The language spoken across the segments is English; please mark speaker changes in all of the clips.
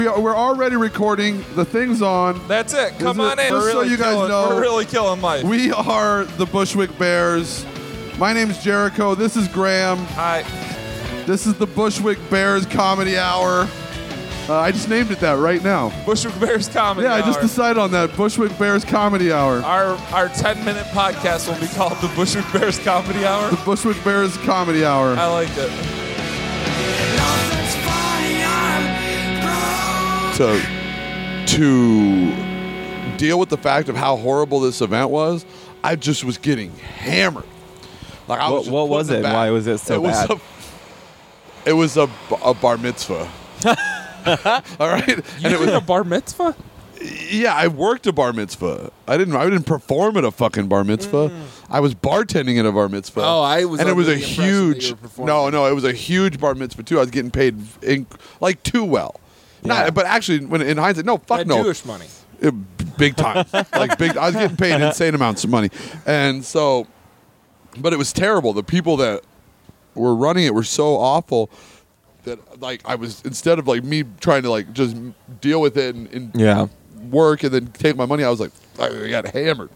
Speaker 1: al- we're already recording. The thing's on.
Speaker 2: That's it. Come
Speaker 1: it-
Speaker 2: on in.
Speaker 1: just so you guys
Speaker 2: killing,
Speaker 1: know-
Speaker 2: we're really killing Mike.
Speaker 1: We are the Bushwick Bears. My name's Jericho. This is Graham.
Speaker 2: Hi.
Speaker 1: This is the Bushwick Bears Comedy Hour. Uh, I just named it that right now.
Speaker 2: Bushwick Bears comedy.
Speaker 1: Yeah, I just
Speaker 2: Hour.
Speaker 1: decided on that. Bushwick Bears Comedy Hour.
Speaker 2: our our ten minute podcast will be called the Bushwick Bears Comedy Hour.
Speaker 1: The Bushwick Bears Comedy Hour.
Speaker 2: I liked it.
Speaker 3: to to deal with the fact of how horrible this event was, I just was getting hammered. Like I
Speaker 4: What-
Speaker 3: just
Speaker 4: what
Speaker 3: putting
Speaker 4: was it?
Speaker 3: back.
Speaker 4: Why was it so
Speaker 3: it was
Speaker 4: bad?
Speaker 3: A, it was a, a bar mitzvah. All right, and it was
Speaker 2: a bar mitzvah?
Speaker 3: yeah. I worked a bar mitzvah. I didn't. I didn't perform at a fucking bar mitzvah. I was bartending at a bar mitzvah.
Speaker 5: Mm. Oh, I was
Speaker 3: And it
Speaker 5: under
Speaker 3: was a
Speaker 5: the impression that you
Speaker 3: huge.
Speaker 5: were performing.
Speaker 3: No, no, it was a huge bar mitzvah too. I was getting paid in, like too well. Not, but actually, when in hindsight, no, fuck
Speaker 2: That
Speaker 3: no.
Speaker 2: Jewish money.
Speaker 3: It- Uh, big time. like big. I was getting paid insane amounts of money, and so, but it was terrible. The people that were running it were so awful that like I was instead of like me trying to like just deal with it and, and
Speaker 4: Yeah.
Speaker 3: work and then take my money, I was like I got hammered,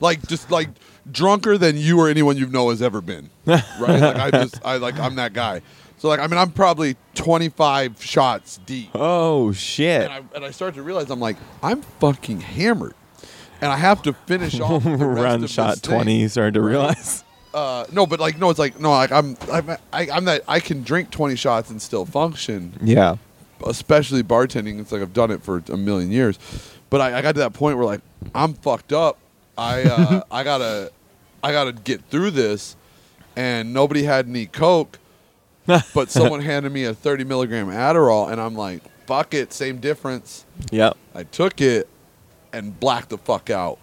Speaker 3: like just like drunker than you or anyone you know has ever been. Right? Like I just I like I'm that guy. So like I mean I'm probably 25 shots deep
Speaker 4: Oh shit.
Speaker 3: and I, and I started to realize I'm like, I'm fucking hammered. And I have to finish off the rest
Speaker 4: Run
Speaker 3: of this
Speaker 4: shot
Speaker 3: thing.
Speaker 4: twenty. Started to realize.
Speaker 3: Uh, no, but like, no, it's like, no, like I'm, I'm, I, I'm that I can drink 20 shots and still function,
Speaker 4: Yeah.
Speaker 3: especially bartending. It's like I've done it for a million years, but I, I got to that point where like I'm fucked up. I, uh, I gotta, I gotta get through this, and nobody had any coke, but someone handed me a 30 milligram Adderall, and I'm like, fuck it, same difference.
Speaker 4: Yep.
Speaker 3: I took it and blacked the fuck out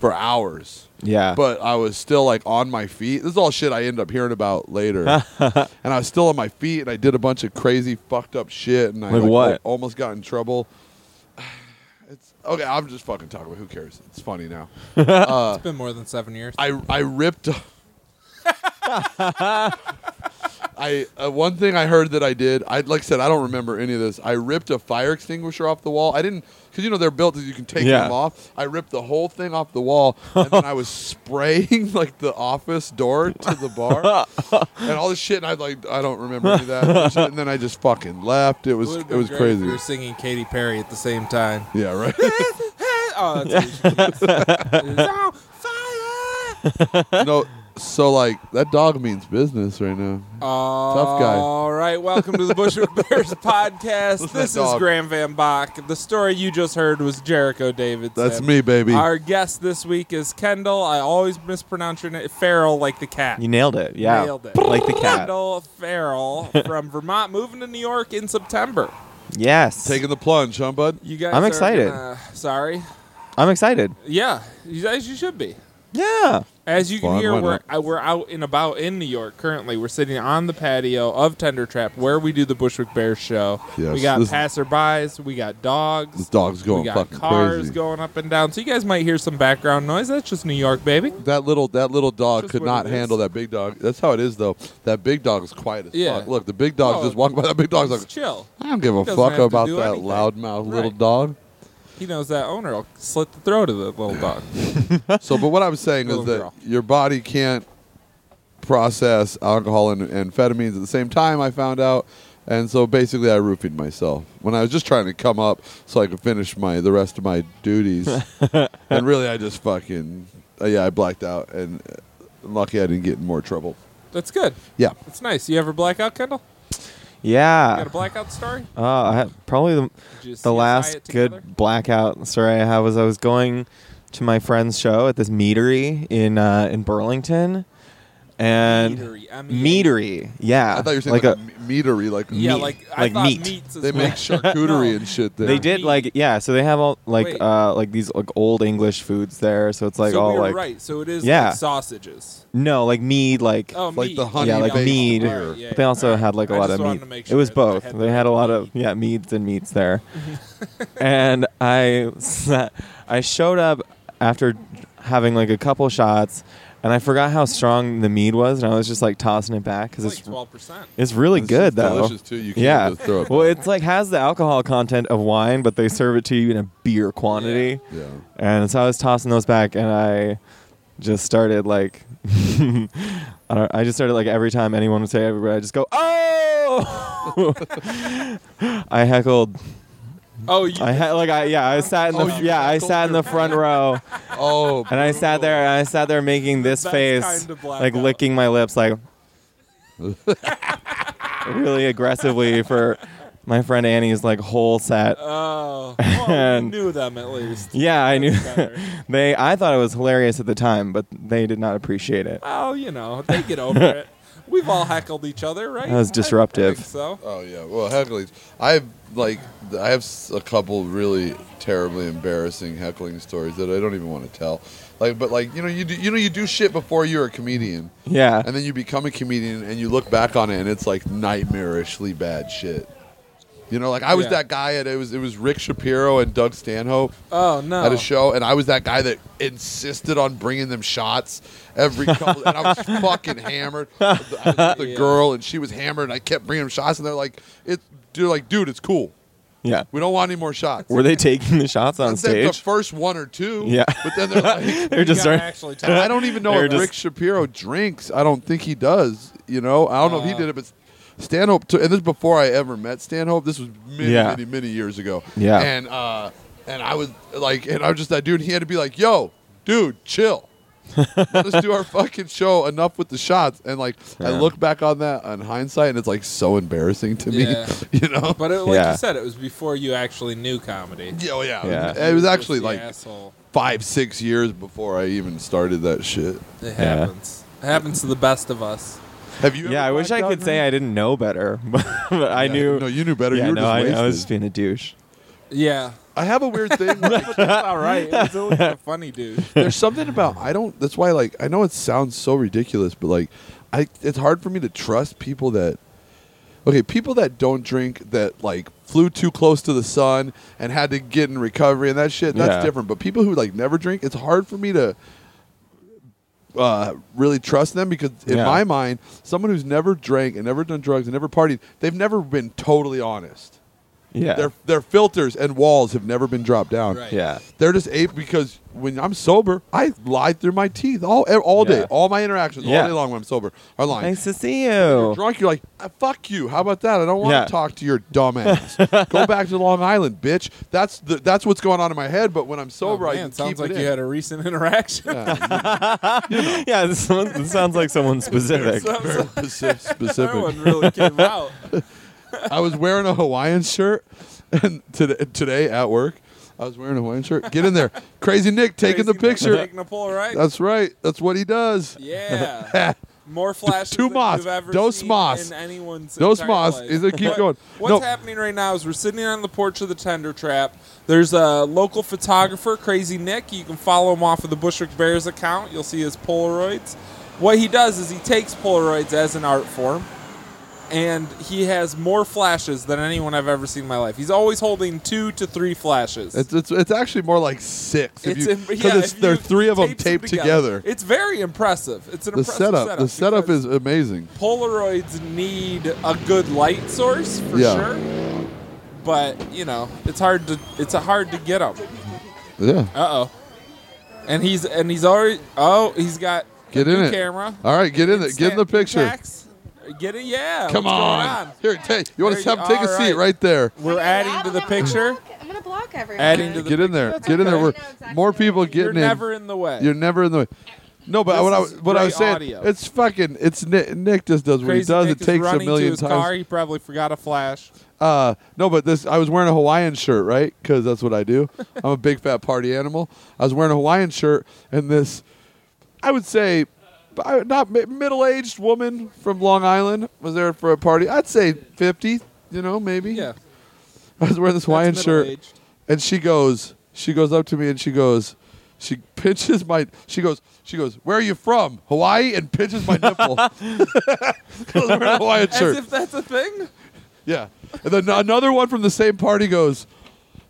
Speaker 3: for hours.
Speaker 4: Yeah.
Speaker 3: But I was still like on my feet. This is all shit I end up hearing about later. and I was still on my feet and I did a bunch of crazy fucked up shit and I
Speaker 4: Like what?
Speaker 3: al- almost got in trouble. It's okay, I'm just fucking talking about who cares. It's funny now.
Speaker 2: It's been more than seven years.
Speaker 3: I I ripped. I uh, one thing I heard that I did. I like I said I don't remember any of this. I ripped a fire extinguisher off the wall. I didn't because you know they're built that you can take
Speaker 4: Yeah.
Speaker 3: them off. I ripped the whole thing off the wall, and then I was spraying like the office door to the bar and all this shit. And I like I don't remember any of that. And then I just fucking left. It was
Speaker 2: Would've
Speaker 3: it
Speaker 2: been
Speaker 3: was
Speaker 2: great if
Speaker 3: crazy.
Speaker 2: We were singing Katy Perry at the same time.
Speaker 3: Yeah, right.
Speaker 2: oh, that's what you should do. It's on fire.
Speaker 3: no, so like that dog means business right now.
Speaker 2: Oh, Tough
Speaker 3: guy.
Speaker 2: All right, welcome to the Bushwick Bears podcast.
Speaker 3: that
Speaker 2: This is
Speaker 3: dog.
Speaker 2: Graham Van Bach. The story you just heard was Jericho Davidson.
Speaker 3: That's me, baby.
Speaker 2: Our guest this week is Kendall. I always mispronounce your name. Farrell, like the cat.
Speaker 4: You nailed it. Yeah.
Speaker 2: Nailed it.
Speaker 4: Like the cat.
Speaker 2: Kendall Farrell from Vermont, moving to New York in September.
Speaker 4: Yes.
Speaker 3: Taking the plunge, huh, bud?
Speaker 2: You guys,
Speaker 4: I'm
Speaker 2: are
Speaker 4: excited.
Speaker 2: gonna- sorry.
Speaker 4: I'm excited.
Speaker 2: Yeah, you guys, you should be.
Speaker 4: Yeah.
Speaker 2: As you can
Speaker 3: Fine,
Speaker 2: hear,
Speaker 3: why
Speaker 2: we're
Speaker 3: not?
Speaker 2: I, we're out and about in New York currently. We're sitting on the patio of Tender Trap, where we do the Bushwick Bears show.
Speaker 3: Yes,
Speaker 2: we got
Speaker 3: this-
Speaker 2: passerbys, we got
Speaker 3: This
Speaker 2: dogs,
Speaker 3: dog's
Speaker 2: we
Speaker 3: going
Speaker 2: got
Speaker 3: fucking
Speaker 2: cars
Speaker 3: crazy.
Speaker 2: going up and down. So you guys might hear some background noise. That's just New York, baby.
Speaker 3: that little that little dog
Speaker 2: Just
Speaker 3: could
Speaker 2: what
Speaker 3: not
Speaker 2: it is.
Speaker 3: handle that big dog. That's how it is though. That big dog is quiet as
Speaker 2: Yeah.
Speaker 3: fuck. Look, the big dog's
Speaker 2: Oh,
Speaker 3: just walking by. That big dog's
Speaker 2: It's
Speaker 3: like,
Speaker 2: chill.
Speaker 3: I don't give a
Speaker 2: doesn't
Speaker 3: fuck
Speaker 2: have to
Speaker 3: about
Speaker 2: do
Speaker 3: that
Speaker 2: anything."
Speaker 3: loudmouth little
Speaker 2: Right.
Speaker 3: dog.
Speaker 2: He knows that owner will slit the throat of the little dog.
Speaker 3: So, but what I'm saying is
Speaker 2: Little
Speaker 3: that
Speaker 2: girl.
Speaker 3: your body can't process alcohol and amphetamines at the same time. I found out, and so basically, I roofied myself when I was just trying to come up so I could finish my the rest of my duties. and really, I just fucking uh, yeah, I blacked out, and uh, lucky I didn't get in more trouble.
Speaker 2: That's good.
Speaker 3: Yeah.
Speaker 2: That's nice. You ever blackout, Kendall? You
Speaker 4: Yeah.
Speaker 2: got a blackout story?
Speaker 4: Uh, I have probably the,
Speaker 2: Did you
Speaker 4: the
Speaker 2: CSI
Speaker 4: last
Speaker 2: it together?
Speaker 4: good blackout story I had was I was going to my friend's show at this meadery in uh, in Burlington, and
Speaker 2: Meadery, I mean-
Speaker 4: meadery, yeah.
Speaker 3: I thought you were saying like,
Speaker 4: a-
Speaker 3: a, me- meatery, like
Speaker 2: Yeah,
Speaker 4: meat,
Speaker 2: like I
Speaker 4: like
Speaker 2: thought
Speaker 4: meat.
Speaker 2: meats is
Speaker 3: they make
Speaker 2: black.
Speaker 3: charcuterie
Speaker 2: No.
Speaker 3: and shit there.
Speaker 4: they did
Speaker 2: meat.
Speaker 4: like yeah, so they have all like
Speaker 2: Wait.
Speaker 4: uh like these like old English foods there, so it's like
Speaker 2: so
Speaker 4: all
Speaker 2: we were
Speaker 4: like
Speaker 2: right. So it is
Speaker 4: Yeah.
Speaker 2: like sausages.
Speaker 4: no like mead like
Speaker 2: Oh,
Speaker 3: Like
Speaker 2: mead.
Speaker 3: the honey
Speaker 4: yeah like
Speaker 3: based
Speaker 4: mead.
Speaker 3: beer.
Speaker 2: Alright, yeah,
Speaker 4: But they
Speaker 2: yeah,
Speaker 4: also
Speaker 2: alright.
Speaker 4: had like a
Speaker 2: I
Speaker 4: lot
Speaker 2: just
Speaker 4: of
Speaker 2: wanted
Speaker 4: meat.
Speaker 2: to make
Speaker 4: it
Speaker 2: sure
Speaker 4: was
Speaker 2: that I
Speaker 4: both.
Speaker 2: had the
Speaker 4: they had a
Speaker 2: right
Speaker 4: lot
Speaker 2: meat.
Speaker 4: of yeah meats and meats there, and I I showed up after having like a couple shots, and I forgot how strong the mead was, and I was just like tossing it back because
Speaker 2: It's
Speaker 4: it's
Speaker 2: like 12%.
Speaker 4: it's really
Speaker 3: It's just
Speaker 4: good though.
Speaker 3: Delicious too. You can
Speaker 4: Yeah.
Speaker 3: just throw it.
Speaker 4: Well, it's like has the alcohol content of wine, but they serve it to you in a beer quantity.
Speaker 3: yeah.
Speaker 4: And so I was tossing those back, and I just started like, I, don't, I just started like every time anyone would say everybody, I just go, oh! I heckled.
Speaker 2: Oh, you,
Speaker 4: I had like I yeah I sat in the
Speaker 3: Oh, you
Speaker 4: yeah I
Speaker 3: heckled
Speaker 4: sat in the front row
Speaker 3: Oh,
Speaker 4: and I sat there and I sat there making this
Speaker 2: That's
Speaker 4: face
Speaker 2: kind of blackout.
Speaker 4: like licking my lips like really aggressively for my friend Annie's like whole set
Speaker 2: oh, well, you
Speaker 4: And-
Speaker 2: knew them at least.
Speaker 4: Yeah, I knew.
Speaker 2: Better.
Speaker 4: they, I thought it was hilarious at the time, but they did not appreciate it.
Speaker 2: Oh, you know, they get over it. We've all heckled each other, right?
Speaker 4: That was
Speaker 2: I- I
Speaker 4: disruptive.
Speaker 2: think so
Speaker 3: Oh yeah, well hecklings. I have like th- I have s- a couple really terribly embarrassing heckling stories that I don't even want to tell. Like, but like you know you do, you know you do shit before you're a comedian,
Speaker 4: Yeah,
Speaker 3: and then you become a comedian and you look back on it and it's like nightmarishly bad shit. You know, like I was
Speaker 2: Yeah.
Speaker 3: that guy at it was it was Rick Shapiro and Doug Stanhope
Speaker 2: Oh no.
Speaker 3: at a show, and I was that guy that insisted on bringing them shots every couple. and I was fucking hammered. I was with the
Speaker 2: Yeah.
Speaker 3: girl, and she was hammered, and I kept bringing them shots, and they're like, "It, dude, like, dude, it's cool.
Speaker 4: yeah.
Speaker 3: We don't want any more shots."
Speaker 4: Were they taking the shots
Speaker 3: I
Speaker 4: on
Speaker 3: said the
Speaker 4: stage?
Speaker 3: first one or two.
Speaker 4: Yeah.
Speaker 3: but then they're like.
Speaker 4: They're
Speaker 2: You
Speaker 4: just
Speaker 2: gotta
Speaker 4: starting-
Speaker 2: actually
Speaker 3: And
Speaker 2: talk.
Speaker 3: I don't even know
Speaker 4: They're
Speaker 3: if
Speaker 4: just-
Speaker 3: Rick Shapiro drinks. I don't think he does. You know, I don't know if he
Speaker 2: Uh.
Speaker 3: did it, but Stanhope. Took, and this is before I ever met Stanhope. This was many,
Speaker 4: Yeah.
Speaker 3: many, many years ago.
Speaker 4: Yeah.
Speaker 3: And uh, and I was like, and I was just that dude. He had to be like, "Yo, dude, chill. Let us do our fucking show. Enough with the shots." And like, I
Speaker 4: Yeah.
Speaker 3: look back on that on hindsight, and it's like so embarrassing to
Speaker 2: Yeah.
Speaker 3: me. You know.
Speaker 2: But it, like
Speaker 4: Yeah.
Speaker 2: you said, it was before you actually knew comedy.
Speaker 3: yeah, oh, yeah.
Speaker 4: Yeah.
Speaker 3: It was
Speaker 2: You're
Speaker 3: actually
Speaker 2: just the
Speaker 3: like
Speaker 2: asshole.
Speaker 3: five, six years before I even started that shit.
Speaker 2: It happens. It happens to the best of us.
Speaker 3: Have you?
Speaker 4: yeah,
Speaker 3: ever
Speaker 4: I wish I
Speaker 3: blacked out,
Speaker 4: could say I didn't know better, but, but I
Speaker 3: Yeah,
Speaker 4: knew.
Speaker 3: No, you knew better.
Speaker 4: yeah,
Speaker 3: you were
Speaker 4: no,
Speaker 3: just
Speaker 4: I,
Speaker 3: wasted.
Speaker 4: I was just being a douche.
Speaker 2: Yeah.
Speaker 3: I have a weird thing. like,
Speaker 2: That's all right. It was always a funny dude.
Speaker 3: there's something about I don't. That's why, like, I know it sounds so ridiculous, but like, I it's hard for me to trust people that. Okay, people that don't drink that like flew too close to the sun and had to get in recovery and that shit. That's
Speaker 4: Yeah.
Speaker 3: different. But people who like never drink, it's hard for me to. Uh, really trust them because in
Speaker 4: Yeah.
Speaker 3: my mind, someone who's never drank and never done drugs and never partied, they've never been totally honest.
Speaker 4: Yeah,
Speaker 3: Their their filters and walls have never been dropped down.
Speaker 2: Right.
Speaker 4: yeah,
Speaker 3: They're just ape because when I'm sober, I lie through my teeth all e, all day.
Speaker 4: Yeah.
Speaker 3: All my interactions
Speaker 4: Yeah.
Speaker 3: all day long when I'm sober are lying.
Speaker 4: Nice to see
Speaker 3: You're
Speaker 4: you.
Speaker 3: drunk, you're like, "Ah, fuck you. How about that? I don't want
Speaker 4: Yeah.
Speaker 3: to talk to your dumb ass. Go back to Long Island, bitch. That's the, that's what's going on in my head. But when I'm sober,
Speaker 2: Oh,
Speaker 3: I
Speaker 2: man,
Speaker 3: can
Speaker 2: sounds
Speaker 3: keep
Speaker 2: like
Speaker 3: it
Speaker 2: you
Speaker 3: in.
Speaker 2: had a recent interaction.
Speaker 4: Yeah, this, sounds- this sounds like someone specific.
Speaker 2: So- so-
Speaker 3: Speci-
Speaker 2: that
Speaker 3: specific.
Speaker 2: one really came out.
Speaker 3: I was wearing a Hawaiian shirt and today, today at work. I was wearing a Hawaiian shirt. Get in there, crazy Nick taking the
Speaker 2: Crazy
Speaker 3: picture.
Speaker 2: Taking a Polaroid.
Speaker 3: That's right. That's what he does.
Speaker 2: yeah. More flashes
Speaker 3: two
Speaker 2: than
Speaker 3: Mas.
Speaker 2: you've ever
Speaker 3: Dos
Speaker 2: seen
Speaker 3: Mas.
Speaker 2: in anyone's
Speaker 3: Dos
Speaker 2: entire
Speaker 3: Mas.
Speaker 2: life.
Speaker 3: Is it- keep
Speaker 2: What-
Speaker 3: going.
Speaker 2: What's
Speaker 3: No.
Speaker 2: happening right now is we're sitting on the porch of the Tender Trap. There's a local photographer, Crazy Nick. You can follow him off of the Bushwick Bears account. You'll see his Polaroids. What he does is he takes Polaroids as an art form, and he has more flashes than anyone I've ever seen in my life. He's always holding two to three flashes.
Speaker 3: It's, it's, it's actually more like six. If
Speaker 2: It's
Speaker 3: you,
Speaker 2: im- yeah,
Speaker 3: 'cause it's,
Speaker 2: if you
Speaker 3: there are three of them
Speaker 2: taped
Speaker 3: taped together.
Speaker 2: It's very impressive. It's an
Speaker 3: The
Speaker 2: impressive
Speaker 3: setup, the setup
Speaker 2: because-
Speaker 3: is amazing.
Speaker 2: Polaroids need a good light source for
Speaker 3: Yeah.
Speaker 2: sure. But you know, it's hard to it's a hard to get them.
Speaker 3: Yeah.
Speaker 2: Uh oh. And he's and he's already oh he's got
Speaker 3: Get
Speaker 2: a
Speaker 3: in
Speaker 2: new
Speaker 3: it.
Speaker 2: camera.
Speaker 3: All right, get in it. Get in the
Speaker 2: Snap
Speaker 3: picture.
Speaker 2: packs. Get it? Yeah.
Speaker 3: Come
Speaker 2: what's
Speaker 3: on.
Speaker 2: going on?
Speaker 3: Here, take. You want
Speaker 2: There
Speaker 3: to
Speaker 2: you-
Speaker 3: have, take a
Speaker 2: all
Speaker 3: seat
Speaker 2: right.
Speaker 3: right there.
Speaker 2: We're adding to the picture.
Speaker 5: I'm gonna block everyone.
Speaker 2: Adding to the-
Speaker 3: Get in there.
Speaker 2: That's
Speaker 3: get in there.
Speaker 2: okay.
Speaker 3: We're,
Speaker 5: I know exactly
Speaker 3: more
Speaker 5: what
Speaker 3: people
Speaker 5: you mean.
Speaker 3: getting
Speaker 2: You're
Speaker 3: in.
Speaker 2: never in the way.
Speaker 3: You're never in the way. No, but
Speaker 2: This
Speaker 3: what I
Speaker 2: is
Speaker 3: what I was
Speaker 2: great
Speaker 3: saying,
Speaker 2: audio.
Speaker 3: it's fucking, it's Nick, Nick just does what he
Speaker 2: Crazy
Speaker 3: does.
Speaker 2: Nick
Speaker 3: it
Speaker 2: is
Speaker 3: takes a
Speaker 2: running to
Speaker 3: million
Speaker 2: his
Speaker 3: times.
Speaker 2: car. He probably forgot a flash.
Speaker 3: Uh, no, but this I was wearing a Hawaiian shirt, right? Because that's what I do. I'm a big fat party animal. I was wearing a Hawaiian shirt, and this, I would say, I- not middle aged woman from Long Island was there for a party. I'd say 50, you know, maybe.
Speaker 2: Yeah.
Speaker 3: I was wearing this Hawaiian
Speaker 2: That's
Speaker 3: shirt,
Speaker 2: middle-aged.
Speaker 3: and she goes, she goes up to me, and she goes, she pinches my, she goes, she goes, where are you from? Hawaii, and pinches my nipple. 'Cause I was wearing a Hawaiian
Speaker 2: As
Speaker 3: shirt.
Speaker 2: if that's a thing.
Speaker 3: Yeah. And then another one from the same party goes,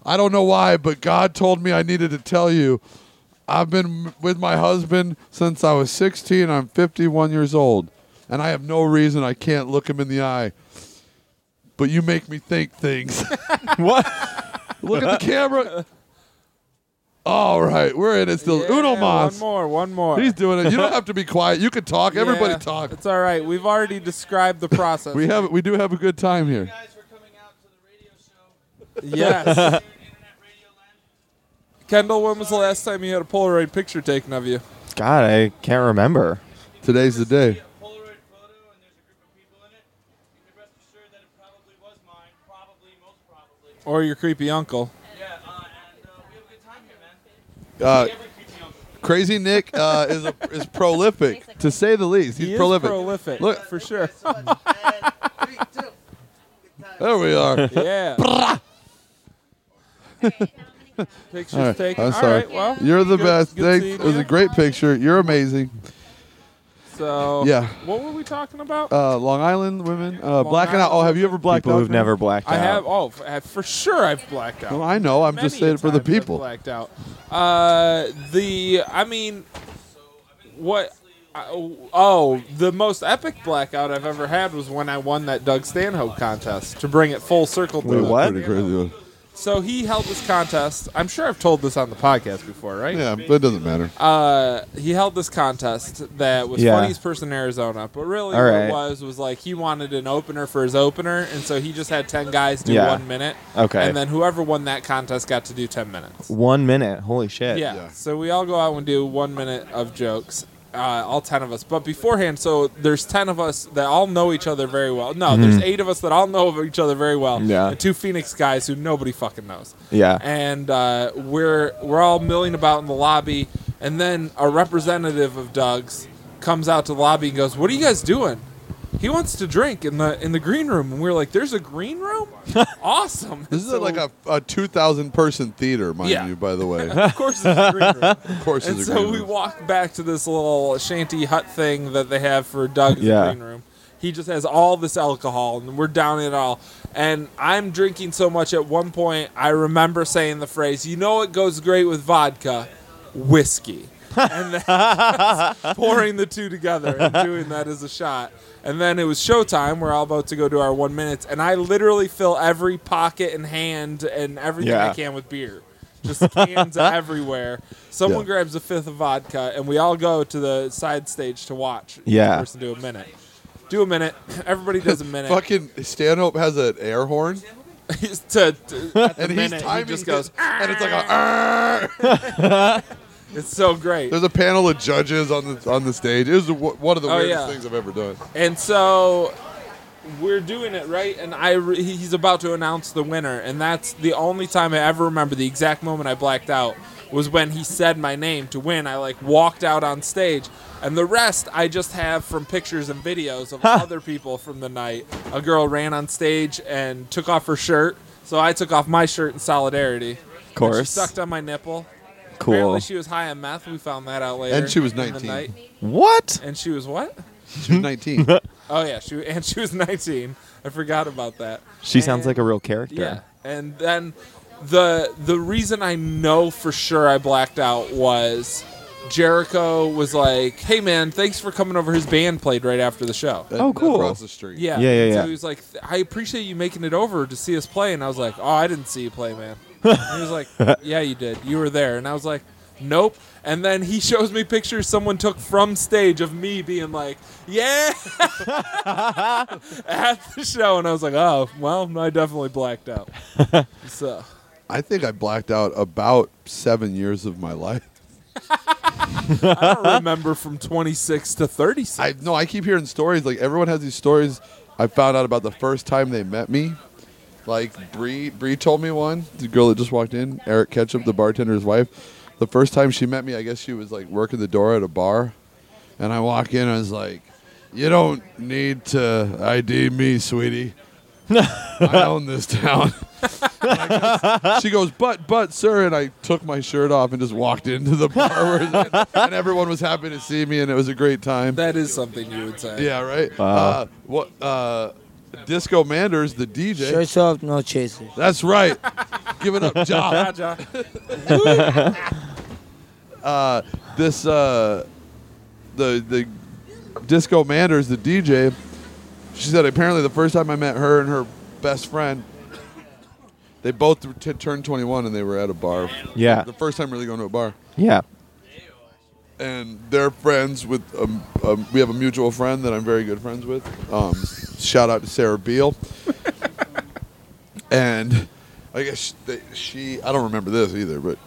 Speaker 3: I don't know why, but God told me I needed to tell you I've been m- with my husband since I was 16. I'm 51 years old, and I have no reason I can't look him in the eye. But you make me think things.
Speaker 4: what?
Speaker 3: look at the camera. All right, we're in it still.
Speaker 2: Yeah,
Speaker 3: Uno
Speaker 2: One
Speaker 3: Mas.
Speaker 2: more, one more.
Speaker 3: He's doing it. You don't have to be quiet. You can talk. Everybody
Speaker 2: Yeah,
Speaker 3: talk.
Speaker 2: It's all right. We've already described the process.
Speaker 3: We have we do have a good time here.
Speaker 5: guys were coming out to the radio show,
Speaker 2: yes.
Speaker 5: doing Internet Radio Land.
Speaker 2: Kendall, when was the last time you had a Polaroid picture taken of you?
Speaker 4: God, I can't remember.
Speaker 3: Today's the day.
Speaker 5: A Polaroid photo, and there's a group of people in it. You can rest assured that it probably was mine, probably, most probably.
Speaker 2: Or your creepy uncle?
Speaker 5: Yeah, uh, and uh, we have a good time here, man.
Speaker 3: Uh,
Speaker 5: Every creepy uncle.
Speaker 3: Crazy Nick uh, is a, is prolific to say the least. He's
Speaker 2: he is
Speaker 3: prolific.
Speaker 2: prolific.
Speaker 3: Look.
Speaker 2: for sure.
Speaker 3: there we are.
Speaker 2: yeah. Pictures
Speaker 3: All right,
Speaker 2: taken.
Speaker 3: I'm
Speaker 2: All
Speaker 3: sorry.
Speaker 2: right, well,
Speaker 3: You're the
Speaker 2: good-
Speaker 3: best.
Speaker 2: good
Speaker 3: Thanks.
Speaker 2: seeing
Speaker 3: It was
Speaker 2: you.
Speaker 3: a great picture. You're amazing.
Speaker 2: So,
Speaker 3: Yeah.
Speaker 2: What were we talking about?
Speaker 3: Uh, Long Island women uh, blacking out.
Speaker 2: Island
Speaker 3: Oh, have you ever blacked
Speaker 4: People
Speaker 3: out?
Speaker 4: who've
Speaker 3: man?
Speaker 4: never blacked
Speaker 2: I
Speaker 4: out.
Speaker 2: have. Oh, f- uh, for sure, I've blacked out.
Speaker 3: No, I know. I'm just
Speaker 2: Many
Speaker 3: saying it for the
Speaker 2: times I've
Speaker 3: people.
Speaker 2: Blacked out. Uh, the I mean, what? I, oh, the most epic blackout I've ever had was when I won that Doug Stanhope contest. To bring it full circle. to
Speaker 4: Wait,
Speaker 2: the-
Speaker 4: what?
Speaker 3: Pretty crazy. one.
Speaker 2: So he held this contest. I'm sure I've told this on the podcast before, right?
Speaker 3: Yeah, but it doesn't matter.
Speaker 2: uh, he held this contest that was
Speaker 4: Yeah.
Speaker 2: funniest person in Arizona, but really
Speaker 4: All
Speaker 2: what
Speaker 4: right.
Speaker 2: it was was like he wanted an opener for his opener, and so he just had ten guys do
Speaker 4: Yeah.
Speaker 2: one minute.
Speaker 4: Okay.
Speaker 2: And then whoever won that contest got to do ten minutes.
Speaker 4: One minute. Holy shit.
Speaker 2: Yeah.
Speaker 3: Yeah.
Speaker 2: So we all go out and do one minute of jokes. Uh, all 10 of us. But beforehand, so there's 10 of us that all know each other very well. No, there's 8 of us that all know of each other very well.
Speaker 4: Mm-hmm. Yeah.
Speaker 2: And two Phoenix guys who nobody fucking knows.
Speaker 4: Yeah.
Speaker 2: And uh, we're, we're all milling about in the lobby. And then a representative of Doug's comes out to the lobby and goes, What are you guys doing? He wants to drink in the in the green room, and we're like, "There's a green room? awesome!"
Speaker 3: This is
Speaker 2: So-
Speaker 3: like a, a 2,000 person theater, mind
Speaker 2: Yeah.
Speaker 3: you, by the way.
Speaker 2: of course, it's a green room.
Speaker 3: Of course,
Speaker 2: And
Speaker 3: it's
Speaker 2: so
Speaker 3: a
Speaker 2: we
Speaker 3: green room.
Speaker 2: walk back to this little shanty hut thing that they have for Doug's
Speaker 4: Yeah.
Speaker 2: green room. He just has all this alcohol, and we're down it all. And I'm drinking so much at one point, I remember saying the phrase, you know what goes great with vodka? Whiskey. and then just pouring the two together and doing that as a shot. And then it was showtime. We're all about to go to our one minutes, and I literally fill every pocket and hand and everything I
Speaker 4: Yeah.
Speaker 2: can with beer. Just cans everywhere. Someone
Speaker 3: Yeah.
Speaker 2: grabs a fifth of vodka, and we all go to the side stage to watch. each
Speaker 4: Yeah.
Speaker 2: person do a minute. Do a minute. Everybody does a minute.
Speaker 3: Fucking Stanhope has an air horn,
Speaker 2: He's to, to- at the
Speaker 3: and he's
Speaker 2: minute,
Speaker 3: timing
Speaker 2: he just
Speaker 3: it,
Speaker 2: goes.
Speaker 3: and it's like a. "Arr!"
Speaker 2: It's so great.
Speaker 3: There's a panel of judges on the on the stage. It was w- one of the
Speaker 2: Oh,
Speaker 3: weirdest
Speaker 2: yeah.
Speaker 3: things I've ever done.
Speaker 2: And so we're doing it right, and I re- he- he's about to announce the winner, and that's the only time I ever remember the exact moment I blacked out was when he said my name to win. I like walked out on stage, and the rest I just have from pictures and videos of other people from the night. A girl ran on stage and took off her shirt, so I took off my shirt in solidarity.
Speaker 4: Of
Speaker 2: And she
Speaker 4: course.
Speaker 2: sucked on my nipple.
Speaker 4: cool.
Speaker 2: Apparently, she was high on meth. We found that out later.
Speaker 3: she was
Speaker 2: in the
Speaker 3: 19.
Speaker 2: night.
Speaker 4: What?
Speaker 2: And she was what?
Speaker 3: She was 19.
Speaker 2: Oh yeah, she and she was 19. I forgot about that.
Speaker 4: She sounds like a real character.
Speaker 2: Yeah. And then the the reason I know for sure I blacked out was Jericho was like, "Hey man, thanks for coming over." His band played right after the show.
Speaker 4: Oh, cool.
Speaker 3: Across the street.
Speaker 2: Yeah.
Speaker 4: Yeah, yeah,
Speaker 2: And
Speaker 4: yeah.
Speaker 2: So he was like, "I appreciate you making it over to see us play," and I was like, "Oh, I didn't see you play, man." and he was like, "Yeah, you did. You were there," and I was like, "Nope." And then he shows me pictures someone took from stage of me being like, "Yeah," at the show, and I was like, "Oh, well, I definitely blacked out." so
Speaker 3: I think I blacked out about seven years of my life.
Speaker 2: I don't remember from 26 to 36.
Speaker 3: I no, I keep hearing stories. Like everyone has these stories. I found out about the first time they met me. Like Bree, Bree told me one. The girl that just walked in, Eric Ketchup, the bartender's wife. The first time she met me, I guess she was like working the door at a bar, and I walk in. I was like, "You don't need to ID me, sweetie. I own this town." And I guess- she goes, "But, but, sir," and I took my shirt off and just walked into the bar, where, and everyone was happy to see me, and it was a great time.
Speaker 2: that is something you would say.
Speaker 3: Yeah, right.
Speaker 4: Wow.
Speaker 3: Uh, what? Uh, Disco Manders, the DJ.
Speaker 6: Shirts off, no chases.
Speaker 3: That's right. Give it up, Job.
Speaker 2: Jaja.
Speaker 3: uh, this uh, the the Disco Manders, the DJ. She said apparently the first time I met her and her best friend, they both t- turned 21 and they were at a bar.
Speaker 4: Yeah.
Speaker 3: The first time really going to a bar
Speaker 4: Yeah.
Speaker 3: and they're friends with um, um, we have a mutual friend that I'm very good friends with. Um, shout out to Sarah Beal. and I guess they, she I don't remember this either, but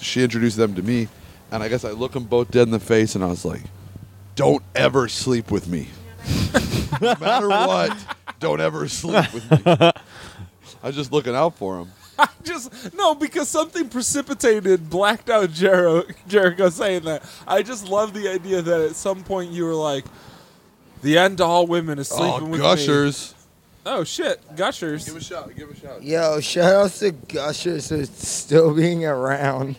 Speaker 3: she introduced them to me, and I guess I look them both dead in the face, and I was like, "Don't ever sleep with me, no matter what. Don't ever sleep with me." I was just looking out for them.
Speaker 2: I just no because something precipitated blacked out Jericho, Jericho saying that. I just love the idea that at some point you were like, the end to all women is sleeping
Speaker 3: Oh,
Speaker 2: with Me.
Speaker 3: gushers!
Speaker 2: Oh shit, gushers.
Speaker 3: Give a shout! Give a shout!
Speaker 6: Yo, shout out to Gushers for still being around.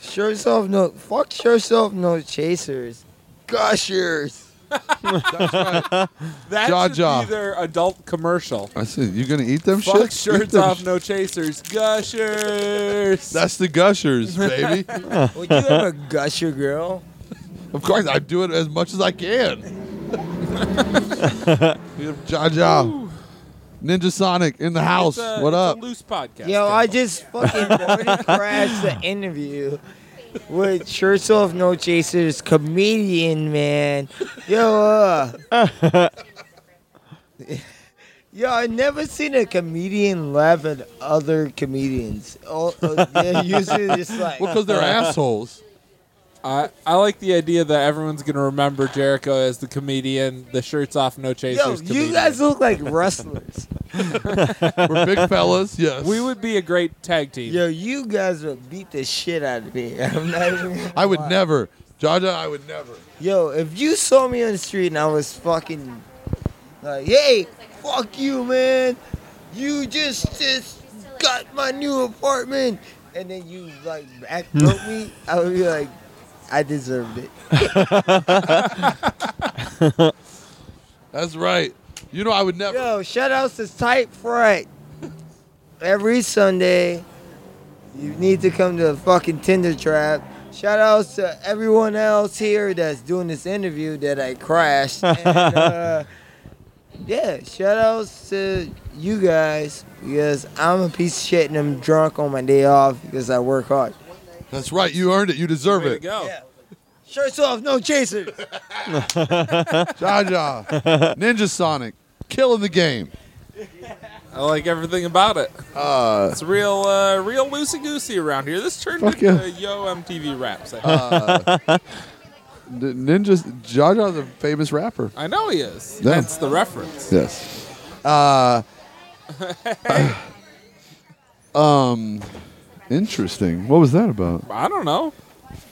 Speaker 6: show yourself no fuck show yourself no chasers. Gushers.
Speaker 3: That's right.
Speaker 2: that
Speaker 3: Jaw
Speaker 2: should
Speaker 3: Jaw.
Speaker 2: be their adult commercial.
Speaker 3: I see. You gonna eat them
Speaker 2: Fuck
Speaker 3: shits? Eat
Speaker 2: shirts
Speaker 3: them
Speaker 2: off,
Speaker 3: sh-
Speaker 2: no chasers. Gushers.
Speaker 3: That's the gushers, baby.
Speaker 6: Would you have a gusher girl?
Speaker 3: of course, I do it as much as I can. we have Jaw Jaw, Ninja Sonic in the house.
Speaker 2: It's a-
Speaker 3: what up?
Speaker 2: uh, it's A loose podcast.
Speaker 6: Yo, I
Speaker 2: Kevin.
Speaker 6: just fucking boarding crashed the interview with shirts off, no chasers, comedian man. Yo, uh, yo, I never seen a comedian laugh at other comedians. Oh, uh, they're usually just like,
Speaker 3: well, because they're assholes.
Speaker 2: I, I like the idea that everyone's gonna remember Jericho as the comedian, the shirts off, no
Speaker 6: yo,
Speaker 2: chasers. comedian.
Speaker 6: you guys look like wrestlers.
Speaker 3: We're big fellas. Yes.
Speaker 2: we would be a great tag team.
Speaker 6: Yo, you guys would beat the shit out of me. I'm not even gonna
Speaker 3: I would
Speaker 6: lie.
Speaker 3: never. Jaw Jaw, I would never.
Speaker 6: Yo, if you saw me on the street and I was fucking like, hey, fuck you, man. You just just got my new apartment. And then you like backbroke me, I would be like, I deserved it.
Speaker 3: That's right. You know, I would never.
Speaker 6: Yo, shout outs to Type Fright. Every Sunday, you need to come to the fucking Tinder trap. Shout outs to everyone else here that's doing this interview that I crashed. And, uh, yeah, shout outs to you guys because I'm a piece of shit and I'm drunk on my day off because I work hard.
Speaker 3: That's right. You earned it. You deserve
Speaker 2: Way to
Speaker 3: it.
Speaker 2: go.
Speaker 6: Yeah. Shirts off, no chasers.
Speaker 3: Jaw Jaw, Ninja Sonic, killing the game.
Speaker 2: I like everything about it.
Speaker 3: Uh,
Speaker 2: It's real, uh, real loosey goosey around here. This turned
Speaker 3: Fuck Uh,
Speaker 2: into Yo MTV Raps. I,
Speaker 3: the Ninja Jaw Jaw's a famous rapper.
Speaker 2: I know he is.
Speaker 3: Yeah.
Speaker 2: That's the reference.
Speaker 3: Yes. Uh, um, interesting. What was that about?
Speaker 2: I don't know.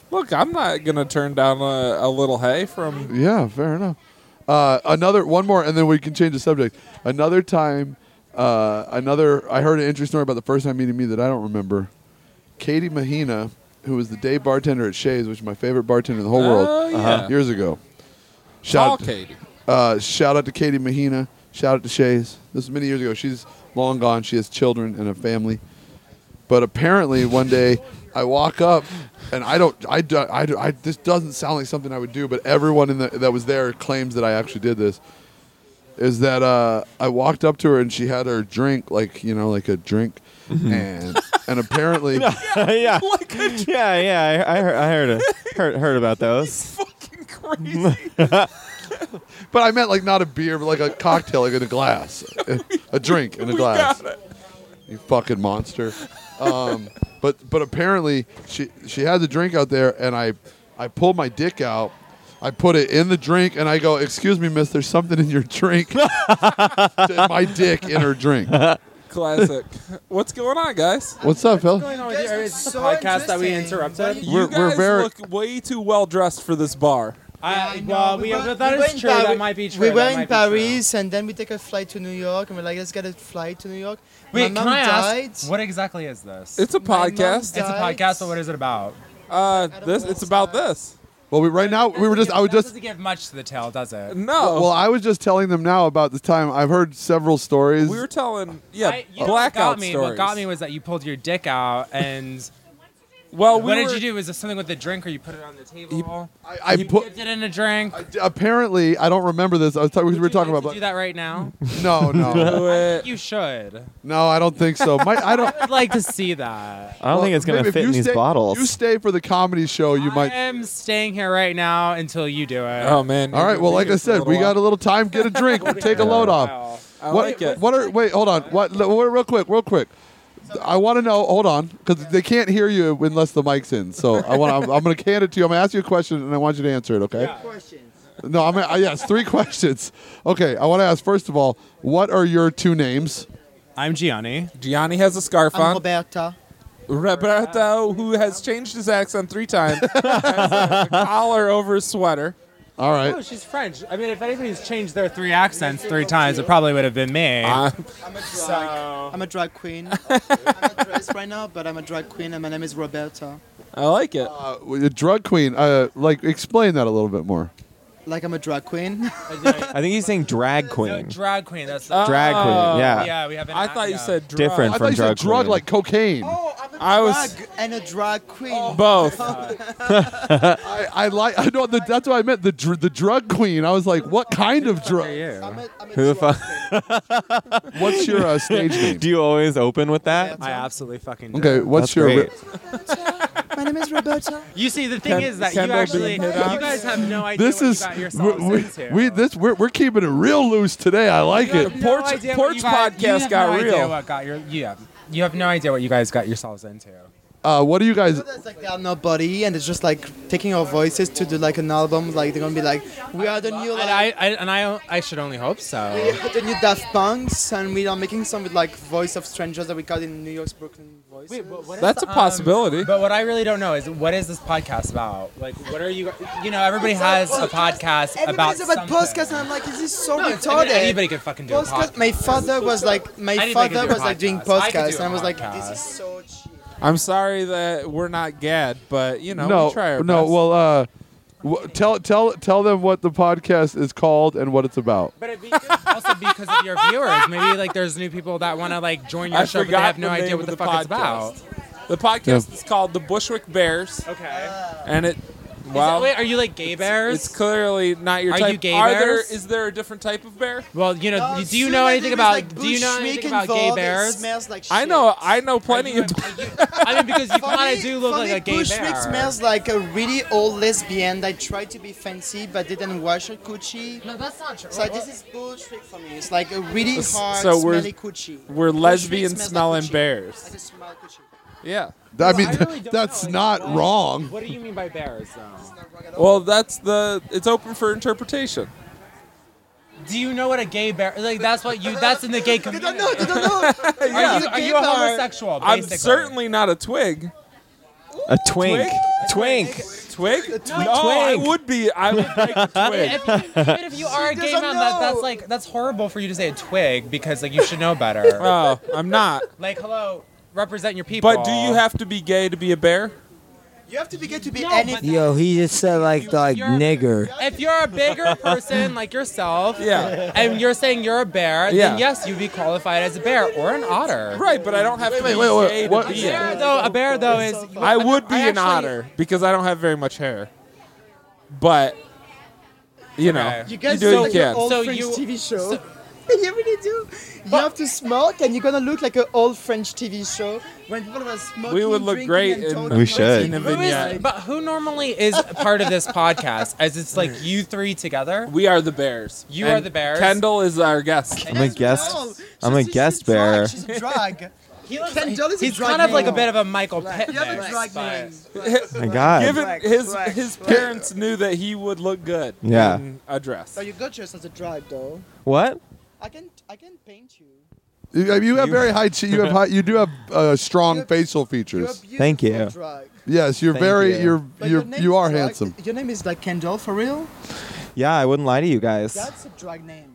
Speaker 2: Look, I'm not gonna turn down a, a little hay from.
Speaker 3: Yeah, fair enough. Uh, another one more, and then we can change the subject. Another time, uh, another. I heard an interesting story about the first time meeting me that I don't remember. Katie Mahina, who was the day bartender at Shays, which is my favorite bartender in the whole
Speaker 2: Oh,
Speaker 3: world,
Speaker 2: yeah. Uh-huh.
Speaker 3: years ago.
Speaker 2: Call
Speaker 3: Shout,
Speaker 2: Katie.
Speaker 3: Uh, shout out to Katie Mahina. Shout out to Shays. This was many years ago. She's long gone. She has children and a family. But apparently, one day, I walk up, and I don't. I, do, I, do, I This doesn't sound like something I would do. But everyone in the, that was there claims that I actually did this. Is that uh, I walked up to her and she had her drink, like you know, like a drink, and and apparently.
Speaker 4: yeah.
Speaker 2: Like a j-
Speaker 4: Yeah, yeah, I, I heard, I heard, a, heard, heard about those.
Speaker 2: fucking crazy.
Speaker 3: But I meant like not a beer, but like a cocktail, like in a glass, a drink in a
Speaker 2: we
Speaker 3: glass.
Speaker 2: got it.
Speaker 3: You fucking monster. Um, but but apparently she she had the drink out there, and I I pulled my dick out. I put it in the drink, and I go, "Excuse me, miss, there's something in your drink." my dick in her drink.
Speaker 2: Classic. What's going on, guys?
Speaker 3: What's up, Phil?
Speaker 7: going on
Speaker 6: This
Speaker 7: here?
Speaker 6: is
Speaker 7: It's the
Speaker 6: so
Speaker 7: podcast that we
Speaker 6: interesting.
Speaker 7: interrupted.
Speaker 2: You
Speaker 3: We're-
Speaker 2: guys
Speaker 3: we're very-
Speaker 2: look way too well dressed for this bar.
Speaker 7: I, well, we,
Speaker 6: went-
Speaker 7: that
Speaker 6: we
Speaker 7: is
Speaker 6: went
Speaker 7: true.
Speaker 6: Pari-
Speaker 7: That might be true.
Speaker 6: we
Speaker 7: that
Speaker 6: went
Speaker 7: might be
Speaker 6: Paris and then we take a flight to New York and we're like, let's get a flight to New York.
Speaker 7: true. Wait,
Speaker 6: my
Speaker 7: can
Speaker 6: mom
Speaker 7: I
Speaker 6: died.
Speaker 7: ask? What exactly is this?
Speaker 2: It's a
Speaker 6: My mom
Speaker 2: podcast.
Speaker 7: It's a
Speaker 6: died.
Speaker 7: podcast, so what is it about?
Speaker 2: Uh, this it's about this.
Speaker 3: Well, we right now we were just I was
Speaker 7: That
Speaker 3: just
Speaker 7: doesn't give much to the tale, does it?
Speaker 2: No.
Speaker 3: well I was just telling them now about this time. I've heard several stories.
Speaker 2: we were telling yeah
Speaker 7: I- you know what
Speaker 2: blackout
Speaker 7: got me,
Speaker 2: stories.
Speaker 7: What got me was that you pulled your dick out and
Speaker 2: Well, we
Speaker 7: what did
Speaker 2: were-
Speaker 7: you do? Is this something with the drink, or you put it on the table?
Speaker 3: I, I
Speaker 7: you
Speaker 3: put.
Speaker 7: dipped it in a drink.
Speaker 3: I d- apparently, I don't remember this. I was talking. We were
Speaker 7: Would you
Speaker 3: talking
Speaker 7: like
Speaker 3: about.
Speaker 7: to do that right now.
Speaker 3: No, no,
Speaker 2: Do it.
Speaker 7: you should.
Speaker 3: no. I don't think so. My, I don't.
Speaker 7: I'd like to see that.
Speaker 4: I don't think it's gonna fit in these bottles.
Speaker 3: You stay for the comedy show. You might. Uh-huh.
Speaker 7: I am staying here right now until you do it.
Speaker 2: Oh man.
Speaker 3: All right. Well, like I said, we got a little time. Get a drink. take a load off.
Speaker 7: Wow.
Speaker 2: uh, I
Speaker 3: what,
Speaker 2: like it.
Speaker 3: What are? Wait, hold on. What? l- what- Real quick. Real quick. I want to know. Hold on, because they can't hear you unless the mic's in. So I want. I'm, I'm going to hand it to you. I'm going to ask you a question, and I want you to answer it. Okay.
Speaker 6: Questions.
Speaker 3: No. I'm. Gonna, uh, yes. Three questions. Okay. I want to ask first of all, what are your two names?
Speaker 7: I'm Gianni.
Speaker 2: Gianni has a scarf
Speaker 8: I'm
Speaker 2: on.
Speaker 8: Roberta.
Speaker 2: Roberto, who has changed his accent three times, has a collar over his sweater.
Speaker 3: All right.
Speaker 7: Oh, she's French. I mean, if anybody's changed their three accents three times, it probably would have been me.
Speaker 2: Uh,
Speaker 8: I'm a drag.
Speaker 7: so,
Speaker 8: I'm a drag queen. I'm not dressed right now, but I'm a drag queen, and my name is Roberta.
Speaker 2: I like it.
Speaker 7: Oh,
Speaker 3: Uh, well, drug queen. Uh, like explain that a little bit more.
Speaker 8: Like I'm a drag queen.
Speaker 4: I think he's saying drag
Speaker 7: No,
Speaker 4: queen.
Speaker 7: drag queen. That's
Speaker 3: Uh,
Speaker 2: Oh,
Speaker 4: Drag queen, yeah.
Speaker 7: yeah. We have. an
Speaker 2: I thought you
Speaker 7: yeah.
Speaker 2: said drug.
Speaker 4: Different.
Speaker 3: I
Speaker 4: From
Speaker 3: thought you said
Speaker 4: drug
Speaker 3: drug
Speaker 4: queen.
Speaker 3: like cocaine.
Speaker 8: Oh, I'm a
Speaker 2: I was-
Speaker 8: drag Oh. and a drag queen.
Speaker 2: Both.
Speaker 3: I, I like. I know the, that's what I meant. The dr- the drug queen. I was like, what kind of drug?
Speaker 8: I'm a, I'm a
Speaker 4: Who the
Speaker 8: drag
Speaker 4: fuck?
Speaker 8: queen.
Speaker 3: What's your uh, stage name?
Speaker 4: Do you always open with that?
Speaker 7: I absolutely fucking.
Speaker 3: Okay,
Speaker 7: Do.
Speaker 3: what's
Speaker 4: That's
Speaker 3: your?
Speaker 4: great.
Speaker 8: my name is Roberta.
Speaker 7: You see, the thing
Speaker 2: Ken-
Speaker 7: is that
Speaker 2: Kendall
Speaker 7: you actually,
Speaker 2: being
Speaker 7: you
Speaker 2: hit up.
Speaker 7: guys have no idea
Speaker 3: This
Speaker 7: what
Speaker 3: is
Speaker 7: you got yourselves
Speaker 3: we,
Speaker 7: into.
Speaker 3: we this we're, we're keeping it real loose today. I like
Speaker 7: You
Speaker 3: it.
Speaker 7: have no
Speaker 2: Porch-
Speaker 7: idea what
Speaker 2: Porch
Speaker 7: you guys-
Speaker 2: podcast
Speaker 7: you have
Speaker 2: got
Speaker 7: no
Speaker 2: real.
Speaker 7: Idea what got your, you, have, you have no idea what you guys got yourselves into.
Speaker 3: Uh, what do you guys?
Speaker 8: It's like they are nobody, and it's just like taking our voices to do like an album. Like they're gonna be like, we are the new
Speaker 7: And
Speaker 8: like,
Speaker 7: I, I and I, I should only hope
Speaker 8: we
Speaker 7: so.
Speaker 8: are the new Daft Punks, and we are making some with like voice of strangers that we got in New York's Brooklyn voices.
Speaker 2: That's a possibility.
Speaker 7: Um, But what I really don't know is what is this podcast about? Like, what are you? You know, everybody has a podcast about
Speaker 8: Everybody's about
Speaker 7: something.
Speaker 8: podcasts, and I'm like, is this so
Speaker 7: No, it's- I mean,
Speaker 8: retarded?
Speaker 7: anybody could fucking do a
Speaker 8: Podcast-
Speaker 7: podcast.
Speaker 8: My father was like, my
Speaker 7: Anybody could
Speaker 8: father
Speaker 7: do a
Speaker 8: was like
Speaker 7: podcast.
Speaker 8: doing
Speaker 7: I could do
Speaker 8: podcasts,
Speaker 7: a
Speaker 8: and I was like,
Speaker 7: podcast.
Speaker 8: this is so cheap.
Speaker 2: I'm sorry that we're not Gad, but you know,
Speaker 3: No,
Speaker 2: we try our
Speaker 3: no.
Speaker 2: best.
Speaker 3: Well, uh, wh- tell tell tell them what the podcast is called and what it's about.
Speaker 7: But it'd be good also because of your viewers. Maybe like there's new people that want to like join your
Speaker 2: I
Speaker 7: show, but they
Speaker 2: forgot
Speaker 7: have no
Speaker 2: the
Speaker 7: idea
Speaker 2: name
Speaker 7: what
Speaker 2: of
Speaker 7: the,
Speaker 2: the
Speaker 7: fuck it's about.
Speaker 2: the podcast is called The Bushwick Bears,
Speaker 7: Okay.
Speaker 2: and it.
Speaker 7: Well,
Speaker 2: Well,
Speaker 7: wait, are you like gay bears?
Speaker 2: It's clearly not your
Speaker 7: Are
Speaker 2: type.
Speaker 7: you gay
Speaker 2: Are there?
Speaker 7: bears?
Speaker 2: Is there a different type of bear?
Speaker 7: well, you know,
Speaker 8: No,
Speaker 7: do you
Speaker 8: soon
Speaker 7: know
Speaker 8: I
Speaker 7: anything
Speaker 8: think it's
Speaker 7: about
Speaker 8: like
Speaker 7: do you know anything
Speaker 8: Bushwick
Speaker 7: about gay
Speaker 8: involved, it
Speaker 7: bears?
Speaker 8: smells like
Speaker 2: I
Speaker 8: shit.
Speaker 2: know. I know plenty
Speaker 7: you
Speaker 2: of.
Speaker 7: a- I mean, because you
Speaker 8: For
Speaker 7: kind
Speaker 8: me-
Speaker 7: of do look
Speaker 8: for
Speaker 7: like
Speaker 8: me,
Speaker 7: a gay
Speaker 8: Bushwick
Speaker 7: bear.
Speaker 8: smells like a really old lesbian that tried to be fancy but didn't wash her coochie.
Speaker 7: no, that's not true.
Speaker 8: So this is Bushwick for me. It's like a really
Speaker 2: S-
Speaker 8: hard,
Speaker 2: so we're-
Speaker 8: smelly coochie.
Speaker 2: We're
Speaker 8: Bushwick
Speaker 2: lesbian
Speaker 8: smells
Speaker 2: smelling
Speaker 8: like coochie. Like
Speaker 2: bears.
Speaker 8: a small coochie.
Speaker 2: Yeah.
Speaker 3: I mean,
Speaker 7: I really don't
Speaker 3: that's
Speaker 7: know, like,
Speaker 3: not
Speaker 7: what-
Speaker 3: wrong.
Speaker 7: What do you mean by bears, though?
Speaker 2: Well, that's the. It's open for interpretation.
Speaker 7: Do you know what a gay bear? Like that's what you. That's in the gay
Speaker 8: They
Speaker 7: community.
Speaker 8: don't know. They don't know.
Speaker 7: Are you, are
Speaker 8: gay
Speaker 7: you a
Speaker 8: bar.
Speaker 7: homosexual?
Speaker 2: I'm
Speaker 7: Basically.
Speaker 2: certainly not a twig.
Speaker 4: A twink. Twink.
Speaker 2: Twig? No, I
Speaker 4: Twig.
Speaker 2: would be. I would make a twig.
Speaker 7: If, even if you are a gay man,
Speaker 8: doesn't
Speaker 7: that, that's
Speaker 8: know.
Speaker 7: like that's horrible for you to say a twig because like you should know better.
Speaker 2: Oh, I'm not.
Speaker 7: like hello, represent your people.
Speaker 2: But do you have to be gay to be a bear?
Speaker 8: You have to be gay to be
Speaker 7: No,
Speaker 8: anything.
Speaker 6: Yo, he just said like like
Speaker 7: You're-
Speaker 6: nigger.
Speaker 7: If you're a bigger person like yourself,
Speaker 2: Yeah.
Speaker 7: and you're saying you're a bear,
Speaker 2: Yeah.
Speaker 7: then yes, you'd be qualified as a bear or an otter.
Speaker 2: Right, but I don't have to be
Speaker 3: wait, wait,
Speaker 2: gay
Speaker 3: what-
Speaker 2: to
Speaker 7: A
Speaker 2: be
Speaker 7: bear
Speaker 2: it.
Speaker 7: though, a bear though is.
Speaker 2: I would be
Speaker 7: I
Speaker 2: an
Speaker 7: actually-
Speaker 2: otter because I don't have very much hair. But you know,
Speaker 7: Okay.
Speaker 8: You
Speaker 2: you,
Speaker 8: guys
Speaker 2: do
Speaker 8: sound
Speaker 2: what you
Speaker 8: like an
Speaker 2: can.
Speaker 8: old
Speaker 7: So
Speaker 8: French
Speaker 7: you-
Speaker 8: TV show. you really do. You have to smoke, and you're gonna look like an old French TV show when people were smoking.
Speaker 2: We would look
Speaker 8: drinking,
Speaker 2: great
Speaker 8: and
Speaker 2: in-
Speaker 8: talking.
Speaker 4: We should.
Speaker 2: In a
Speaker 7: Who is-
Speaker 2: vignette.
Speaker 7: but who normally is part of this podcast? As it's like you three together.
Speaker 2: we are the bears.
Speaker 7: You
Speaker 2: And
Speaker 7: are the bears.
Speaker 2: Kendall is our guest.
Speaker 4: I'm a guest.
Speaker 8: No, she's-
Speaker 4: I'm a
Speaker 8: she's
Speaker 4: guest
Speaker 8: drag,
Speaker 4: bear.
Speaker 8: She's a drag.
Speaker 7: He looks
Speaker 8: Ken Jolly's a
Speaker 7: he's
Speaker 8: drag
Speaker 7: kind of like a
Speaker 8: name.
Speaker 7: bit of a Michael Pitt.
Speaker 8: You have a
Speaker 7: mix,
Speaker 8: drag
Speaker 7: but-
Speaker 8: name.
Speaker 4: My God.
Speaker 2: Given his his parents knew that he would look good.
Speaker 4: Yeah.
Speaker 2: in a dress.
Speaker 8: So you got yours as a drag, though.
Speaker 4: What?
Speaker 8: I can I can paint you.
Speaker 3: You, you have very high. che- You have high, you do have uh, strong
Speaker 8: You're-
Speaker 3: facial
Speaker 8: You're a
Speaker 3: features.
Speaker 8: beautiful
Speaker 4: Thank you.
Speaker 8: Drag.
Speaker 3: Yes, you're
Speaker 4: Thank
Speaker 3: very.
Speaker 4: you.
Speaker 3: You're
Speaker 8: But
Speaker 3: you're
Speaker 8: your name
Speaker 3: you
Speaker 8: is
Speaker 3: are
Speaker 8: drag.
Speaker 3: handsome.
Speaker 8: Your name is like Kendall for real.
Speaker 4: Yeah, I wouldn't lie to you guys.
Speaker 8: That's a drag name.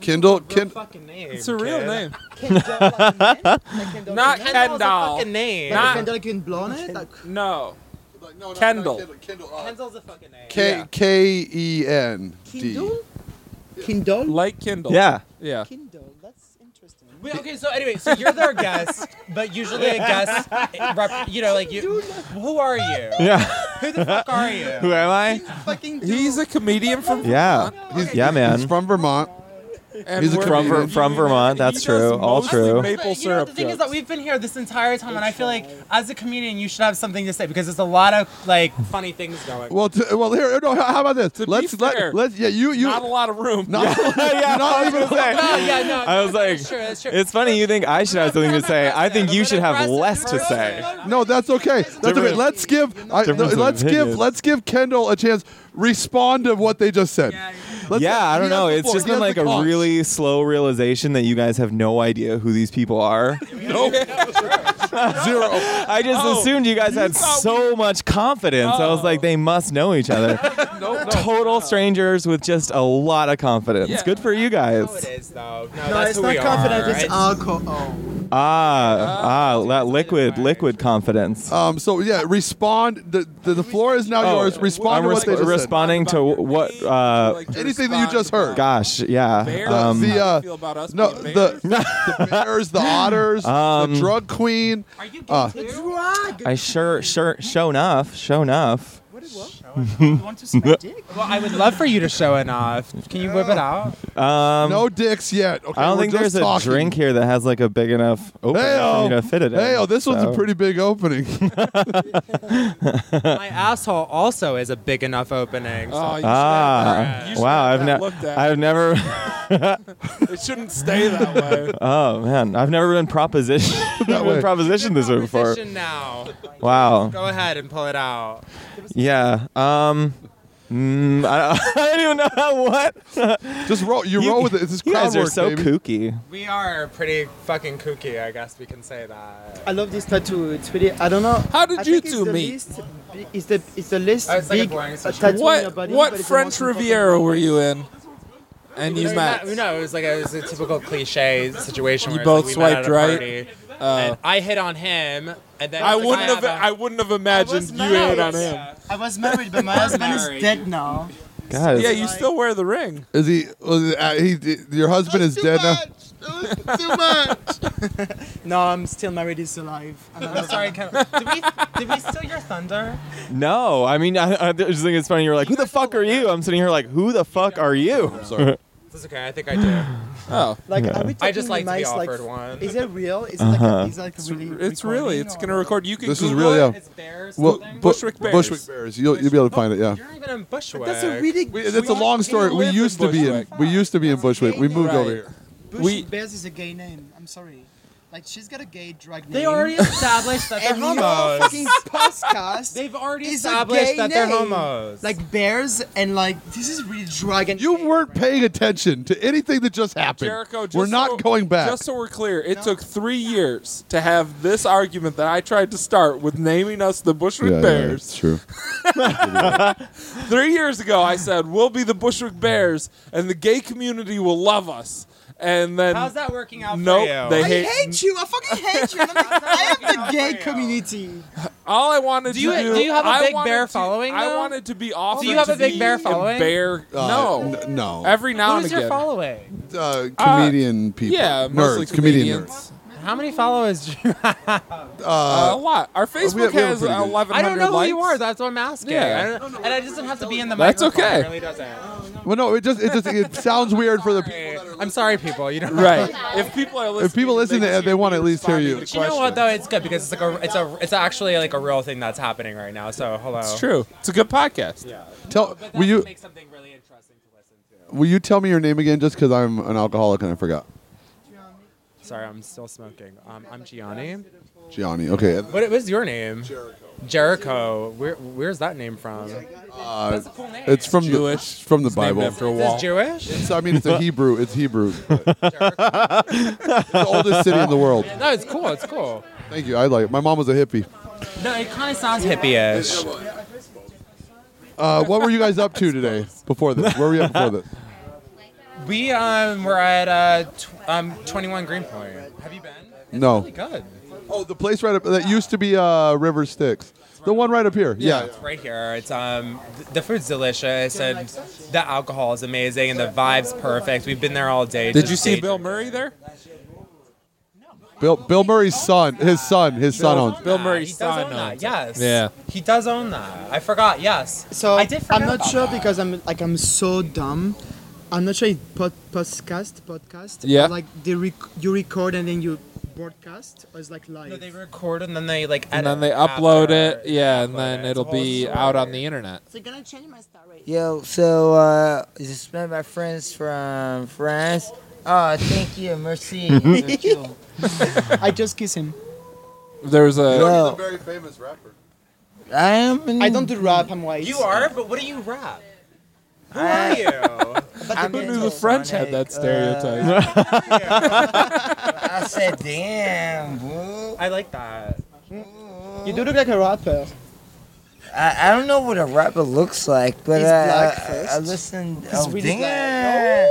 Speaker 3: Kindle.
Speaker 7: Real
Speaker 3: Kin-
Speaker 7: fucking name.
Speaker 2: It's a real
Speaker 7: kid.
Speaker 2: name.
Speaker 8: Kendall, like a man? Like Kendall
Speaker 2: Not
Speaker 8: Jenner?
Speaker 2: Ken-
Speaker 7: Kendall's
Speaker 2: Kendall.
Speaker 7: a fucking name.
Speaker 8: Like
Speaker 2: Not-
Speaker 8: Kendall can blonde it? Like,
Speaker 2: No, Kendall. Kendall,
Speaker 7: Kendall's a fucking name.
Speaker 3: uh, K
Speaker 2: Yeah.
Speaker 3: K E N D.
Speaker 8: Kindle? Kindle?
Speaker 2: like Kindle.
Speaker 4: Yeah.
Speaker 2: yeah.
Speaker 8: Kindle. That's interesting.
Speaker 7: Wait, okay, so anyway, so you're their guest, but usually a guest, eh, rep- you know, like you. Who are you?
Speaker 4: Yeah.
Speaker 7: Who the fuck are
Speaker 4: Who
Speaker 7: you?
Speaker 4: am I?
Speaker 8: Fucking dude.
Speaker 2: He's a comedian from
Speaker 4: Yeah. yeah, man.
Speaker 3: He's from Vermont.
Speaker 2: and
Speaker 3: He's a
Speaker 2: we're-
Speaker 4: from
Speaker 3: Ver-
Speaker 4: from Vermont,
Speaker 2: he
Speaker 4: that's
Speaker 2: does
Speaker 4: true, all
Speaker 2: mostly
Speaker 4: true.
Speaker 7: But,
Speaker 2: Maple
Speaker 7: you know,
Speaker 2: syrup.
Speaker 7: the thing is
Speaker 2: jokes.
Speaker 7: that we've been here this entire time, and I feel like as a comedian, you should have something to say because there's a lot of like funny things going.
Speaker 3: Well, t- well, here, no. How how about this?
Speaker 2: To be
Speaker 3: let's let
Speaker 2: fair,
Speaker 3: let's yeah. You you
Speaker 2: not a lot of room.
Speaker 3: not,
Speaker 4: yeah,
Speaker 3: not even
Speaker 7: No, Oh, yeah, no.
Speaker 4: I was like,
Speaker 7: that's true, that's true.
Speaker 4: it's funny you think I should have something to say. I think you should have less to say.
Speaker 3: No, that's okay. That's okay.
Speaker 4: Different-
Speaker 3: Let's give I,
Speaker 4: Difference of
Speaker 3: let's give
Speaker 4: opinions.
Speaker 3: let's give Kendall a chance. Respond to what they just said. Let's-
Speaker 4: yeah, I
Speaker 3: he
Speaker 4: don't
Speaker 3: has
Speaker 4: know.
Speaker 3: the
Speaker 4: It's
Speaker 3: floor.
Speaker 4: just
Speaker 3: He
Speaker 4: been
Speaker 3: has
Speaker 4: like
Speaker 3: the
Speaker 4: a
Speaker 3: call.
Speaker 4: really slow realization that you guys have no idea who these people are.
Speaker 3: zero.
Speaker 4: I just
Speaker 2: Oh,
Speaker 4: assumed you guys had
Speaker 2: thought
Speaker 4: so much confidence. I was like, they must know each other.
Speaker 2: no, no.
Speaker 4: Total strangers with just a lot of confidence.
Speaker 2: Yeah.
Speaker 4: Good for you
Speaker 7: No,
Speaker 4: guys.
Speaker 7: it is though. No,
Speaker 8: No,
Speaker 7: that's
Speaker 8: it's
Speaker 7: who
Speaker 8: not
Speaker 7: we
Speaker 8: confident.
Speaker 7: Are.
Speaker 8: It's alcohol.
Speaker 4: Ah, ah, that
Speaker 7: it's
Speaker 4: liquid,
Speaker 7: fine.
Speaker 4: liquid confidence.
Speaker 3: Um. So yeah, respond. The the, the floor is now
Speaker 4: Oh,
Speaker 3: yours. Respond
Speaker 4: I'm
Speaker 3: to what they
Speaker 4: resp-
Speaker 3: just
Speaker 4: responding to
Speaker 2: About your
Speaker 4: what?
Speaker 2: age,
Speaker 4: Uh,
Speaker 2: like, to
Speaker 3: anything that you
Speaker 2: respond
Speaker 3: just heard.
Speaker 2: about
Speaker 4: gosh, yeah.
Speaker 2: bears,
Speaker 4: Um,
Speaker 2: how
Speaker 3: the, uh,
Speaker 2: you feel about us
Speaker 3: said. No,
Speaker 2: being
Speaker 3: the,
Speaker 2: bears.
Speaker 3: the bears, the otters,
Speaker 4: Um,
Speaker 3: the drug queen.
Speaker 7: Are you gay
Speaker 3: Uh,
Speaker 7: too?
Speaker 8: Drug.
Speaker 4: I sure, sure, show enough, show enough.
Speaker 8: What it was? You want to smack dick?
Speaker 7: Well, I would love for you to show it off. Can you whip it out?
Speaker 4: Um,
Speaker 3: No dicks yet. Okay,
Speaker 4: I don't
Speaker 3: we're
Speaker 4: think
Speaker 3: just
Speaker 4: there's
Speaker 3: talking.
Speaker 4: a drink here that has like a big enough opening
Speaker 3: Hey-o.
Speaker 4: for me to fit it in.
Speaker 3: Hey, oh, this one's a
Speaker 4: so-
Speaker 3: pretty big opening.
Speaker 7: My asshole also is a big enough opening.
Speaker 2: Oh, you should have that.
Speaker 4: Ah,
Speaker 2: You should
Speaker 4: wow!
Speaker 2: have
Speaker 4: I've
Speaker 2: that
Speaker 4: never,
Speaker 2: looked at.
Speaker 4: I've never.
Speaker 2: It shouldn't stay that way.
Speaker 4: Oh man, I've never been proposition. I've
Speaker 3: way.
Speaker 4: been propositioned this way before.
Speaker 7: Position now.
Speaker 4: Wow.
Speaker 7: Go ahead and pull it out.
Speaker 4: Yeah. Um. mm, I, I don't even know how, what.
Speaker 3: just roll. You, roll with it. This is
Speaker 4: you
Speaker 3: crowd
Speaker 4: guys are
Speaker 3: work,
Speaker 4: so
Speaker 3: baby.
Speaker 4: kooky.
Speaker 7: We are pretty fucking kooky, I guess we can say that.
Speaker 8: I love this tattoo. It's really. I don't know.
Speaker 2: How did
Speaker 8: I
Speaker 2: you
Speaker 8: think it's
Speaker 2: two
Speaker 8: the
Speaker 2: meet?
Speaker 8: least bi- It's the it's the least
Speaker 7: Oh, it's like a
Speaker 8: big
Speaker 7: boring
Speaker 8: uh,
Speaker 7: situation.
Speaker 8: tattoo on your
Speaker 2: What
Speaker 8: body.
Speaker 2: what
Speaker 8: but it's the
Speaker 2: French
Speaker 8: most important
Speaker 2: Riviera were you in? And you
Speaker 7: No,
Speaker 2: met.
Speaker 7: No, no, it was like a, it was a typical cliche situation.
Speaker 2: You
Speaker 7: where
Speaker 2: both
Speaker 7: it's like we met at
Speaker 2: swiped
Speaker 7: a
Speaker 2: right?
Speaker 7: party,
Speaker 2: Uh,
Speaker 7: and I hit on him, and then
Speaker 2: I
Speaker 7: was like,
Speaker 2: wouldn't have.
Speaker 7: have a-
Speaker 2: I wouldn't have imagined you
Speaker 8: married.
Speaker 2: hit on him.
Speaker 8: one. I was married, but my husband is dead now.
Speaker 4: God.
Speaker 2: Yeah,
Speaker 4: it's-
Speaker 2: you still wear the ring.
Speaker 3: Is he? Was, uh, he your husband is dead now.
Speaker 8: No, I'm still married. He's alive. And I'm
Speaker 7: I'm sorry, can, did, we, did we steal your thunder?
Speaker 4: No, I mean, I, I just think it's funny. You're like, who the fuck are you? I'm sitting here like, who the fuck are you?
Speaker 3: sorry.
Speaker 7: That's okay. I think I do.
Speaker 2: Oh,
Speaker 8: Like,
Speaker 4: Yeah.
Speaker 8: are we
Speaker 7: I just
Speaker 8: talking
Speaker 7: like to be
Speaker 8: nice, like,
Speaker 7: offered one.
Speaker 8: Is it real? Is
Speaker 4: Uh-huh.
Speaker 8: it like, a, is it like really?
Speaker 2: it's really. It's gonna record. You can.
Speaker 3: This is
Speaker 2: Google
Speaker 3: really
Speaker 2: it.
Speaker 3: up.
Speaker 7: It's bears.
Speaker 3: Well, Bu-
Speaker 2: Bushwick Bears.
Speaker 3: Bushwick Bears. You'll, you'll be able to find it. Yeah.
Speaker 7: You're not even in Bushwick.
Speaker 8: That's a really.
Speaker 3: We, it's a long story.
Speaker 2: we
Speaker 3: We
Speaker 2: live
Speaker 3: used
Speaker 2: in
Speaker 3: to be in.
Speaker 2: Bushwick.
Speaker 3: We used to be in Bushwick. We moved
Speaker 2: Right.
Speaker 3: over here.
Speaker 8: Bush
Speaker 2: we-
Speaker 8: Bears is a gay name. I'm sorry. Like she's got a gay drag name.
Speaker 7: They already established that they're
Speaker 8: Everyone on
Speaker 7: homos.
Speaker 8: fucking podcast.
Speaker 7: They've already
Speaker 8: It's a gay
Speaker 7: established that they're
Speaker 8: name.
Speaker 7: homos.
Speaker 8: like bears and like this is really dragon.
Speaker 3: You weren't paying attention to anything that just happened.
Speaker 2: Jericho, just
Speaker 3: We're not
Speaker 2: so-
Speaker 3: going back.
Speaker 2: Just so we're clear, it took three years to have this argument that I tried to start with naming us the Bushwick Bears.
Speaker 3: true.
Speaker 2: Three years ago, I said we'll be the Bushwick Bears, and the gay community will love us. And then
Speaker 7: how's that working out
Speaker 2: Nope,
Speaker 7: for you?
Speaker 2: they
Speaker 8: I
Speaker 2: hate-
Speaker 8: hate, you. I fucking hate you. And I'm like, I am the gay community.
Speaker 2: all I wanted
Speaker 7: Do you-
Speaker 2: to do.
Speaker 7: do you have a
Speaker 2: I
Speaker 7: big
Speaker 2: wanted
Speaker 7: bear
Speaker 2: to-
Speaker 7: following,
Speaker 2: I
Speaker 7: though?
Speaker 2: wanted to be offered.
Speaker 7: you have
Speaker 2: to
Speaker 7: a big
Speaker 2: be
Speaker 7: bear following?
Speaker 2: Bear, no.
Speaker 3: Uh, no.
Speaker 2: Every now
Speaker 7: Who's
Speaker 2: and
Speaker 7: your
Speaker 2: again.
Speaker 7: following?
Speaker 3: uh, comedian people.
Speaker 2: Yeah, mostly
Speaker 3: nerds. Comedian
Speaker 2: comedians.
Speaker 3: nerds.
Speaker 7: How many followers do you have?
Speaker 3: Uh,
Speaker 2: Uh, a lot. Our Facebook
Speaker 3: we have
Speaker 2: has
Speaker 3: pretty good-
Speaker 2: 1100
Speaker 7: I don't know
Speaker 2: likes.
Speaker 7: who you are. That's what I'm asking.
Speaker 2: Yeah.
Speaker 7: I don't, and it doesn't have to be in the
Speaker 2: That's
Speaker 7: microphone.
Speaker 2: okay.
Speaker 7: It really doesn't.
Speaker 3: well, no, it just it just it sounds weird for the people. That
Speaker 7: I'm sorry, people. You know.
Speaker 2: Right. If people are listening,
Speaker 3: if people listen,
Speaker 2: can
Speaker 3: they,
Speaker 2: see
Speaker 3: they want to
Speaker 2: you
Speaker 3: at least hear
Speaker 2: responding
Speaker 3: you.
Speaker 2: to
Speaker 7: You know what though? It's good because it's like a, it's a, it's actually like a real thing that's happening right now. So hello.
Speaker 2: It's true. It's a good podcast.
Speaker 3: Tell will you
Speaker 7: something really interesting to listen to.
Speaker 3: will you tell me your name again? Just because I'm an alcoholic and I forgot.
Speaker 7: Sorry, I'm still smoking. Um, I'm Gianni.
Speaker 3: Gianni. Okay.
Speaker 7: What was your name? Jericho. Jericho. Where, where's that name from?
Speaker 3: Uh,
Speaker 7: cool name.
Speaker 3: it's from
Speaker 2: Jewish.
Speaker 3: the from the
Speaker 2: It's named
Speaker 3: Bible.
Speaker 2: after a
Speaker 7: Is
Speaker 2: wall.
Speaker 7: this Jewish?
Speaker 3: So I mean, it's a Hebrew. It's Hebrew. but- it's the oldest city in the world.
Speaker 7: No, it's cool. It's cool.
Speaker 3: Thank you. I like. It. My mom was a hippie.
Speaker 7: No, it kind of sounds hippie-ish.
Speaker 3: Uh, what were you guys up to today? Before this, where were you at before this?
Speaker 7: We um were at uh tw- um 21 Greenpoint. Have you been? It's
Speaker 3: No.
Speaker 7: Really good.
Speaker 3: Oh, the place right up that used to be uh, River Styx. The one right up here. Yeah.
Speaker 7: It's right here. It's um th- the food's delicious and the alcohol is amazing and the vibe's perfect. We've been there all day.
Speaker 2: Did
Speaker 7: just
Speaker 2: you see
Speaker 7: day
Speaker 2: Bill
Speaker 7: drinking.
Speaker 2: Murray there?
Speaker 3: Bill Bill Murray's son, his son, his son
Speaker 2: Bill-
Speaker 3: owns.
Speaker 2: Bill
Speaker 7: that.
Speaker 2: Murray's
Speaker 7: he does
Speaker 2: son
Speaker 7: own that.
Speaker 2: owns it.
Speaker 7: Yes.
Speaker 2: Yeah.
Speaker 7: He does own that. I forgot. Yes.
Speaker 8: So
Speaker 7: I did forget
Speaker 8: I'm not
Speaker 7: about
Speaker 8: sure
Speaker 7: that.
Speaker 8: because I'm like I'm so dumb. I'm not sure it's pod, podcast podcast.
Speaker 2: Yeah.
Speaker 8: Like they rec- you record and then you broadcast or it's like live.
Speaker 7: No, they record and then they like edit
Speaker 2: And then they
Speaker 7: after.
Speaker 2: upload it. Yeah, and
Speaker 7: Upload
Speaker 2: then
Speaker 7: it.
Speaker 2: it'll
Speaker 7: It's a whole
Speaker 2: be
Speaker 7: story.
Speaker 2: out on the internet.
Speaker 9: So gonna change my story.
Speaker 6: Yo, so uh, I just met my friends from France. Oh, thank you, merci. Thank you.
Speaker 8: I just kiss him.
Speaker 2: There's a.
Speaker 6: Yo,
Speaker 3: very famous rapper.
Speaker 6: I am. An,
Speaker 8: I don't do rap. I'm white.
Speaker 7: You are, but what do you rap? Who
Speaker 6: I-
Speaker 7: are you?
Speaker 6: I'm
Speaker 2: Who knew the
Speaker 6: into
Speaker 2: French had that
Speaker 6: Sonic, uh,
Speaker 2: stereotype?
Speaker 6: I said, damn, boo.
Speaker 7: I like that.
Speaker 8: You do look like a rapper.
Speaker 6: I, I don't know what a rapper looks like, but
Speaker 8: He's
Speaker 6: uh,
Speaker 8: black
Speaker 6: I- I, I
Speaker 8: first.
Speaker 6: listened.
Speaker 8: He's
Speaker 6: Oh,
Speaker 8: really
Speaker 6: damn.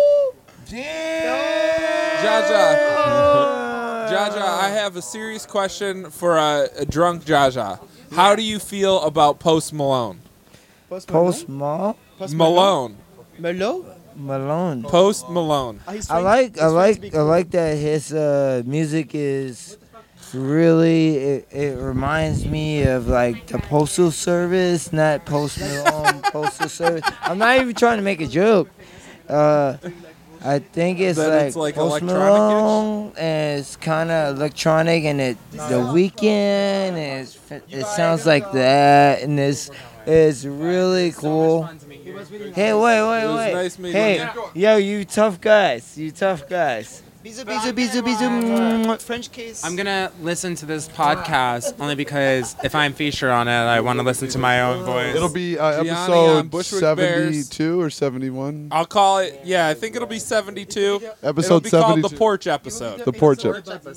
Speaker 6: Damn.
Speaker 2: Jaja, Jaja, I have a serious question for uh, a drunk Jaja. How do you feel about Post Malone?
Speaker 8: Post Malone?
Speaker 6: Post Mal-
Speaker 8: Post
Speaker 2: Malone.
Speaker 8: Malone.
Speaker 6: Malone.
Speaker 2: Post Malone.
Speaker 8: Ah, he's
Speaker 6: I
Speaker 8: trying-
Speaker 6: like
Speaker 8: he's
Speaker 6: I
Speaker 8: trying to
Speaker 6: like
Speaker 8: be
Speaker 6: I
Speaker 8: cool.
Speaker 6: like that his uh, music is really it, it reminds me of like the postal service, not post Malone postal service. I'm not even trying to make a joke. Uh, I think it's
Speaker 2: That
Speaker 6: like,
Speaker 2: it's, like,
Speaker 6: post
Speaker 2: electronic-ish?
Speaker 6: Malone, and it's kind of electronic, and it the weekend, and it's, f- it sounds like that, and it's it's really cool. Hey, wait,
Speaker 2: It
Speaker 6: wait,
Speaker 2: was
Speaker 6: wait.
Speaker 2: nice meeting
Speaker 6: hey,
Speaker 2: you.
Speaker 6: yo, you tough guys. You tough guys.
Speaker 8: Bisous, bisous, bisous, bisous. French kiss.
Speaker 10: I'm gonna listen to this podcast only because if I'm featured on it, I want to listen to my own voice.
Speaker 3: It'll be uh,
Speaker 2: Gianni on
Speaker 3: episode
Speaker 2: Bushwick
Speaker 3: seventy-two or seventy-one.
Speaker 2: I'll call it. Yeah, I think it'll be 72.
Speaker 3: Episode
Speaker 2: it'll be called the
Speaker 3: 72.
Speaker 2: porch episode.
Speaker 3: The porch.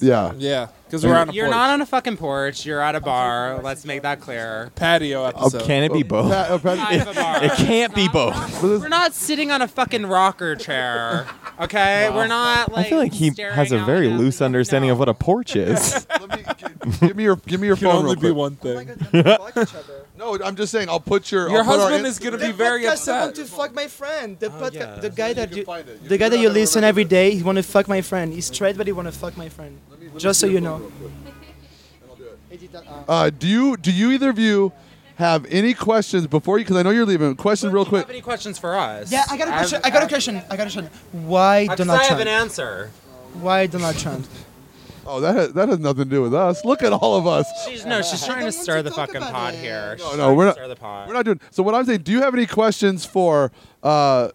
Speaker 3: Yeah.
Speaker 2: Yeah, because we're on a
Speaker 10: You're
Speaker 2: porch.
Speaker 10: not on a fucking porch. You're at a bar. Let's make that clear.
Speaker 2: patio episode.
Speaker 4: Oh, Can it be both?
Speaker 3: Pat- uh, Pat-
Speaker 10: Kind of a bar.
Speaker 4: It can't be both.
Speaker 10: We're not sitting on a fucking rocker chair. Okay, we're not. Like,
Speaker 4: I feel like he
Speaker 10: staring
Speaker 4: has a
Speaker 10: out
Speaker 4: very
Speaker 10: at-
Speaker 4: loose understanding
Speaker 10: No.
Speaker 4: of what a porch is.
Speaker 3: give me your give me your
Speaker 2: Can
Speaker 3: phone real
Speaker 2: only be
Speaker 3: quick.
Speaker 2: one
Speaker 8: Oh
Speaker 2: thing.
Speaker 3: No, I'm just saying. I'll put your.
Speaker 2: Your
Speaker 3: I'll put our
Speaker 2: husband
Speaker 3: Insta-
Speaker 2: is gonna be very upset.
Speaker 8: to fuck my friend. The, podca-
Speaker 7: yeah.
Speaker 8: the guy that you,
Speaker 3: find it.
Speaker 8: the guy that you listen every day, he want to fuck my friend. He's straight, but he want to fuck my friend. Just so you know.
Speaker 3: Uh, do you do you either of you have any questions before you? Because I know you're leaving. Question real
Speaker 10: Do you
Speaker 3: quick.
Speaker 10: have any questions for us?
Speaker 8: Yeah, I got a question. I got a question. I got a question. Why
Speaker 10: Because
Speaker 8: Donald
Speaker 10: I have an
Speaker 8: Trump?
Speaker 10: answer.
Speaker 8: Why Donald Trump?
Speaker 3: Oh, that has, that has nothing to do with us. Look at all of us.
Speaker 10: She's no, she's trying to
Speaker 8: want
Speaker 10: stir
Speaker 8: to
Speaker 10: the
Speaker 8: talk
Speaker 10: fucking
Speaker 8: about
Speaker 10: pot
Speaker 8: it.
Speaker 10: here.
Speaker 3: No,
Speaker 10: She's
Speaker 3: no,
Speaker 10: trying
Speaker 3: we're
Speaker 10: to
Speaker 3: not-
Speaker 10: Stir the pot.
Speaker 3: We're not doing. So what I'm saying, do you have any questions for uh,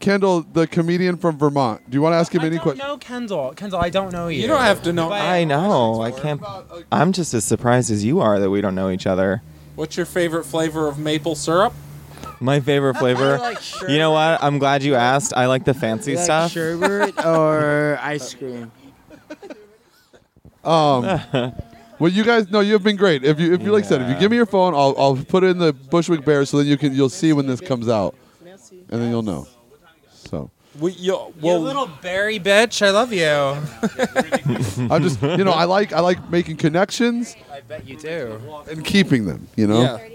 Speaker 3: Kendall, the comedian from Vermont? Do you want to ask him
Speaker 7: I
Speaker 3: any
Speaker 7: don't
Speaker 3: questions?
Speaker 7: know Kendall. Kendall, I don't know you.
Speaker 2: You don't have to know.
Speaker 7: But-
Speaker 4: I know. I can't.
Speaker 7: uh,
Speaker 4: I'm just as surprised as you are that we don't know each other.
Speaker 2: What's your favorite flavor of maple syrup?
Speaker 4: My favorite flavor. You know what? I'm glad you asked. I like the fancy
Speaker 6: You like
Speaker 4: stuff.
Speaker 6: sherbet or ice cream?
Speaker 3: Um, well, you guys know you've been great. If you if you like I said, if you
Speaker 4: Yeah.
Speaker 3: give me your phone, I'll I'll put it in the Bushwick Bear so then you can you'll see when this comes out, and then you'll know. So
Speaker 2: We, you,
Speaker 10: You
Speaker 2: well,
Speaker 10: little berry bitch, I love you.
Speaker 3: I just you know I like I like making connections
Speaker 10: I bet you do.
Speaker 3: and keeping them. You know.
Speaker 2: Yeah.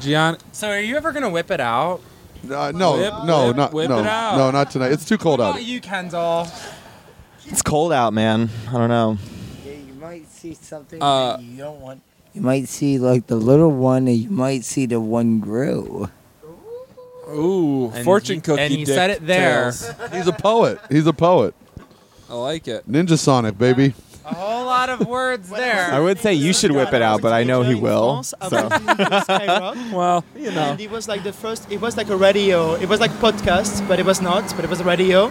Speaker 2: Gian,
Speaker 10: So, are you ever gonna whip it out?
Speaker 3: Uh, no,
Speaker 2: Whip,
Speaker 3: no,
Speaker 2: whip,
Speaker 3: not
Speaker 2: whip
Speaker 3: no,
Speaker 2: it out.
Speaker 3: no, not tonight. It's too cold out.
Speaker 10: you, Kendall.
Speaker 4: It's cold out, man. I don't know.
Speaker 6: Yeah, you might see something
Speaker 2: Uh,
Speaker 6: that you don't want. You might see like the little one, and you might see the one grew.
Speaker 2: ooh, fortune cookie.
Speaker 10: And you
Speaker 2: dick
Speaker 10: said it there.
Speaker 2: tales.
Speaker 3: He's a poet. He's a poet.
Speaker 2: I like it.
Speaker 3: Ninja Sonic, baby.
Speaker 10: A whole lot of words
Speaker 4: I
Speaker 10: there.
Speaker 4: would say you should whip it out, but I know he will.
Speaker 8: France, I
Speaker 4: So.
Speaker 8: was listening to Skyrock,
Speaker 2: Well, you know,
Speaker 8: And it was like the first. It was like a radio. It was like podcast, but it was not. But it was a radio.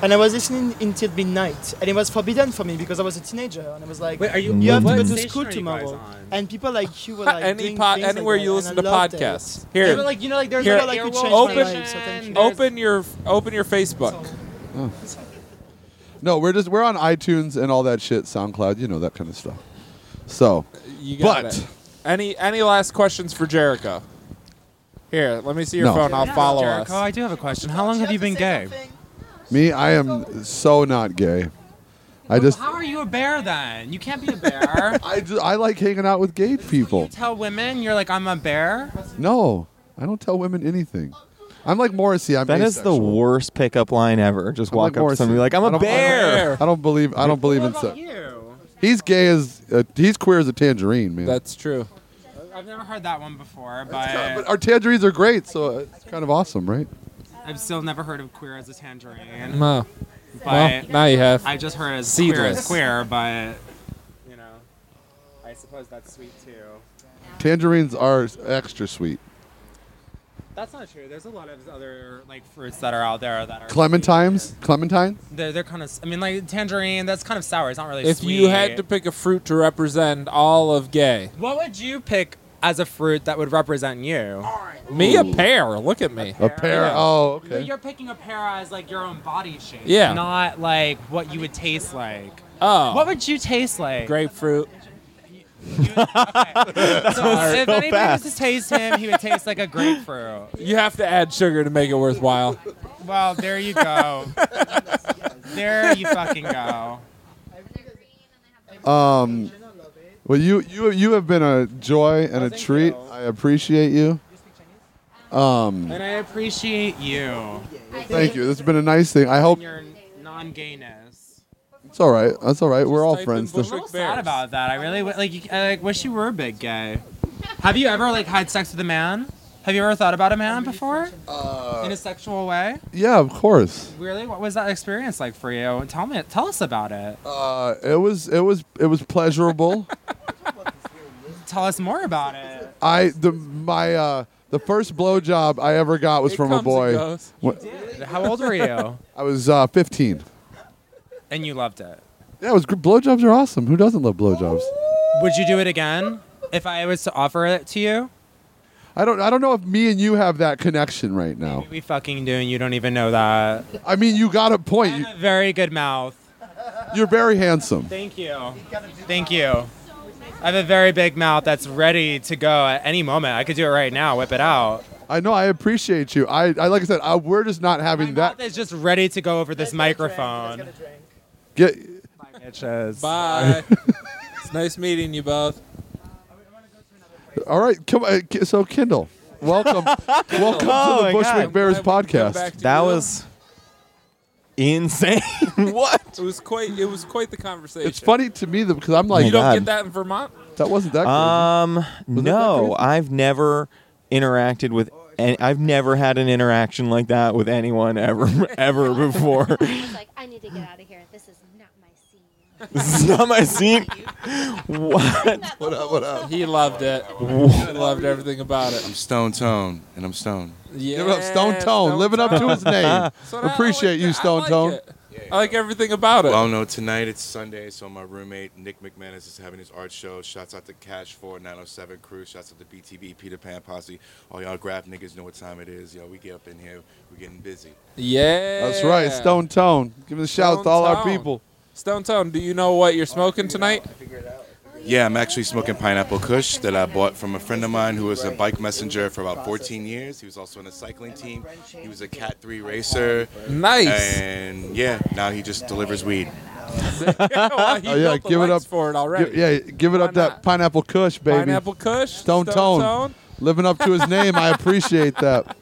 Speaker 8: And I was listening until midnight, and it was forbidden for me because I was a teenager, and I was like,
Speaker 10: Wait, are you?
Speaker 8: "You have to
Speaker 10: what
Speaker 8: go to
Speaker 10: station
Speaker 8: school
Speaker 10: are you guys
Speaker 8: tomorrow."
Speaker 10: on?
Speaker 8: And people like you were like
Speaker 2: any
Speaker 8: doing
Speaker 2: pod,
Speaker 8: things like
Speaker 2: anywhere
Speaker 8: that,
Speaker 2: you
Speaker 8: and
Speaker 2: listen
Speaker 8: I
Speaker 2: to
Speaker 8: loved it.
Speaker 2: podcasts.
Speaker 10: They
Speaker 2: Here,
Speaker 10: were like, you know, like there's
Speaker 2: Here.
Speaker 10: like
Speaker 8: Like, you
Speaker 10: earwolf
Speaker 8: changed
Speaker 2: my
Speaker 10: station,
Speaker 2: life,
Speaker 8: so thank you.
Speaker 10: there's-
Speaker 2: open your open your Facebook.
Speaker 3: No, we're just we're on iTunes and all that shit, SoundCloud, you know that kind of stuff. So,
Speaker 2: You got
Speaker 3: But-
Speaker 2: it. Any any last questions for Jericho? Here, let me see your
Speaker 3: No.
Speaker 2: phone. I'll follow
Speaker 10: Jericho,
Speaker 2: us.
Speaker 10: I do have a question. How long have you been gay?
Speaker 3: me, I am so not gay. I just
Speaker 10: How are you a bear then? You can't be a bear.
Speaker 3: I ju- I like hanging out with gay people.
Speaker 10: Tell women you're like I'm a bear.
Speaker 3: No, I don't tell women anything. I'm like Morrissey. I'm
Speaker 4: That is the
Speaker 3: asexual.
Speaker 4: worst pickup line ever. Just
Speaker 3: I'm
Speaker 4: walk
Speaker 3: like
Speaker 4: up to somebody
Speaker 3: Morrissey.
Speaker 4: like, I'm
Speaker 3: I
Speaker 4: a
Speaker 3: don't- I don't-
Speaker 4: bear.
Speaker 3: I don't believe I don't believe in sex.
Speaker 10: You.
Speaker 3: He's gay as uh, he's queer as a tangerine, man.
Speaker 2: That's true.
Speaker 7: I've never heard that one before,
Speaker 3: It's kind of-
Speaker 7: but
Speaker 3: but our tangerines are great, so it's kind of awesome, right?
Speaker 7: I've still never heard of queer as a
Speaker 2: No.
Speaker 7: tangerine.
Speaker 2: Well,
Speaker 7: But
Speaker 2: now you have.
Speaker 7: I just heard as queer
Speaker 2: Seedless.
Speaker 7: as queer, but you know, I suppose that's sweet too.
Speaker 3: Tangerines are extra sweet.
Speaker 7: That's not true. There's a lot of other like fruits that are out there that are
Speaker 3: Clementines, clementines.
Speaker 7: sweet. They're, they're kind of. I mean, like tangerine. That's kind of sour. It's not really.
Speaker 2: If
Speaker 7: sweet.
Speaker 2: you had to pick a fruit to represent all of gay,
Speaker 7: what would you pick as a fruit that would represent you?
Speaker 2: me a pear. Look at me.
Speaker 3: A pear. Oh, okay.
Speaker 7: You're picking a pear as like your own body shape.
Speaker 2: Yeah.
Speaker 7: Not like what you would taste like.
Speaker 2: Oh,
Speaker 7: What would you taste like?
Speaker 2: grapefruit.
Speaker 7: So if anybody
Speaker 4: fast.
Speaker 7: was to taste him, he would taste like a grapefruit.
Speaker 2: You have to add sugar to make it worthwhile.
Speaker 7: Well, there you go. there you fucking go.
Speaker 3: Um, well, you you you have been a joy and a
Speaker 7: thank
Speaker 3: treat.
Speaker 7: you.
Speaker 3: I appreciate you. Um,
Speaker 7: And I appreciate you
Speaker 3: thank you. This has been a nice thing. I hope
Speaker 7: and your non-gayness.
Speaker 3: it's all right. That's all right. We're all
Speaker 2: type in
Speaker 3: friends.
Speaker 7: I'm
Speaker 2: Bushwick
Speaker 7: a
Speaker 3: though.
Speaker 7: little
Speaker 2: Bears.
Speaker 7: sad about that. I really w- like. You, I like, wish you were a big gay. Have you ever like had sex with a man? Have you ever thought about a man before in a sexual way?
Speaker 3: Yeah, of course.
Speaker 7: Really, what was that experience like for you? Tell me, tell us about it.
Speaker 3: Uh, it was it was it was pleasurable.
Speaker 7: Tell us more about it.
Speaker 3: I the my uh the first blowjob I ever got was
Speaker 2: It
Speaker 3: from a
Speaker 2: comes and
Speaker 3: boy.
Speaker 2: goes.
Speaker 3: Wh-
Speaker 7: How old were you?
Speaker 3: I was uh, 15.
Speaker 7: And you loved it.
Speaker 3: Yeah, it was gr- blowjobs are awesome. Who doesn't love blowjobs?
Speaker 7: Would you do it again if I was to offer it to you?
Speaker 3: I don't I don't know if me and you have that connection right now.
Speaker 7: We fucking do, and you don't even know that.
Speaker 3: I mean, you got a point. You,
Speaker 7: You have a very good mouth.
Speaker 3: you're very handsome.
Speaker 7: Thank you. Thank you. I have a very big mouth that's ready to go at any moment. I could do it right now, whip it out.
Speaker 3: I know. I appreciate you. I, I like I said, I, we're just not having
Speaker 7: My
Speaker 3: that.
Speaker 7: mouth is just ready to go over this microphone.
Speaker 3: Get,
Speaker 7: Bitches.
Speaker 2: Bye. it's nice meeting you both.
Speaker 3: all right, come on. Ki- So Kindle, welcome, welcome
Speaker 4: Oh
Speaker 3: to
Speaker 4: my
Speaker 3: the Bushwick
Speaker 4: God.
Speaker 3: Bears
Speaker 2: I'm glad we could come
Speaker 3: podcast.
Speaker 2: back to
Speaker 4: That
Speaker 2: you.
Speaker 4: was insane. what?
Speaker 2: It was quite. It was quite the conversation.
Speaker 3: It's funny to me that because I'm like,
Speaker 2: You don't
Speaker 4: God.
Speaker 2: get that in Vermont.
Speaker 3: that wasn't that. Crazy.
Speaker 4: Um,
Speaker 3: that
Speaker 4: no,
Speaker 3: crazy?
Speaker 4: I've never interacted with. And I've never had an interaction like that with anyone ever, ever before.
Speaker 9: was like, I need to get out of here. This is not my scene.
Speaker 4: this is not my scene. What?
Speaker 3: what up? What up?
Speaker 2: He loved it. I loved everything about it.
Speaker 11: I'm Stone Tone, and I'm stoned.
Speaker 2: Yeah,
Speaker 3: Give it up, Stone Tone, living up to his name.
Speaker 2: So that- I
Speaker 3: Appreciate
Speaker 2: like
Speaker 3: you,
Speaker 2: that. I
Speaker 3: Stone
Speaker 2: like
Speaker 3: Tone.
Speaker 2: it. I like everything about it.
Speaker 11: Well, no, tonight it's Sunday, so my roommate Nick McManus is having his art show. Shouts out to Cash Four Nine Hundred Seven Crew. Shouts out to BTB Peter Pan Posse. All y'all grab niggas know what time it is. Yo, we get up in here. We're getting busy.
Speaker 2: yeah,
Speaker 3: That's right, Stone Tone. Give a shout out to all our
Speaker 2: Stone Tone.
Speaker 3: people.
Speaker 2: Stone Tone. Do you know what you're smoking tonight?
Speaker 11: Yeah, I'm actually smoking pineapple kush that I bought from a friend of mine who was a bike messenger for about 14 years. He was also on a cycling team. He was a Cat 3 racer.
Speaker 2: Nice.
Speaker 11: And yeah, now he just delivers weed.
Speaker 2: Well, he
Speaker 3: Oh, yeah,
Speaker 2: built the
Speaker 3: give it
Speaker 2: likes
Speaker 3: up.
Speaker 2: for it
Speaker 3: Gi-
Speaker 2: already.
Speaker 3: yeah, give it up
Speaker 2: Why
Speaker 3: that
Speaker 2: not?
Speaker 3: pineapple Kush, baby.
Speaker 2: Pineapple Kush.
Speaker 3: Stone Tone. Living up to his name, I appreciate that.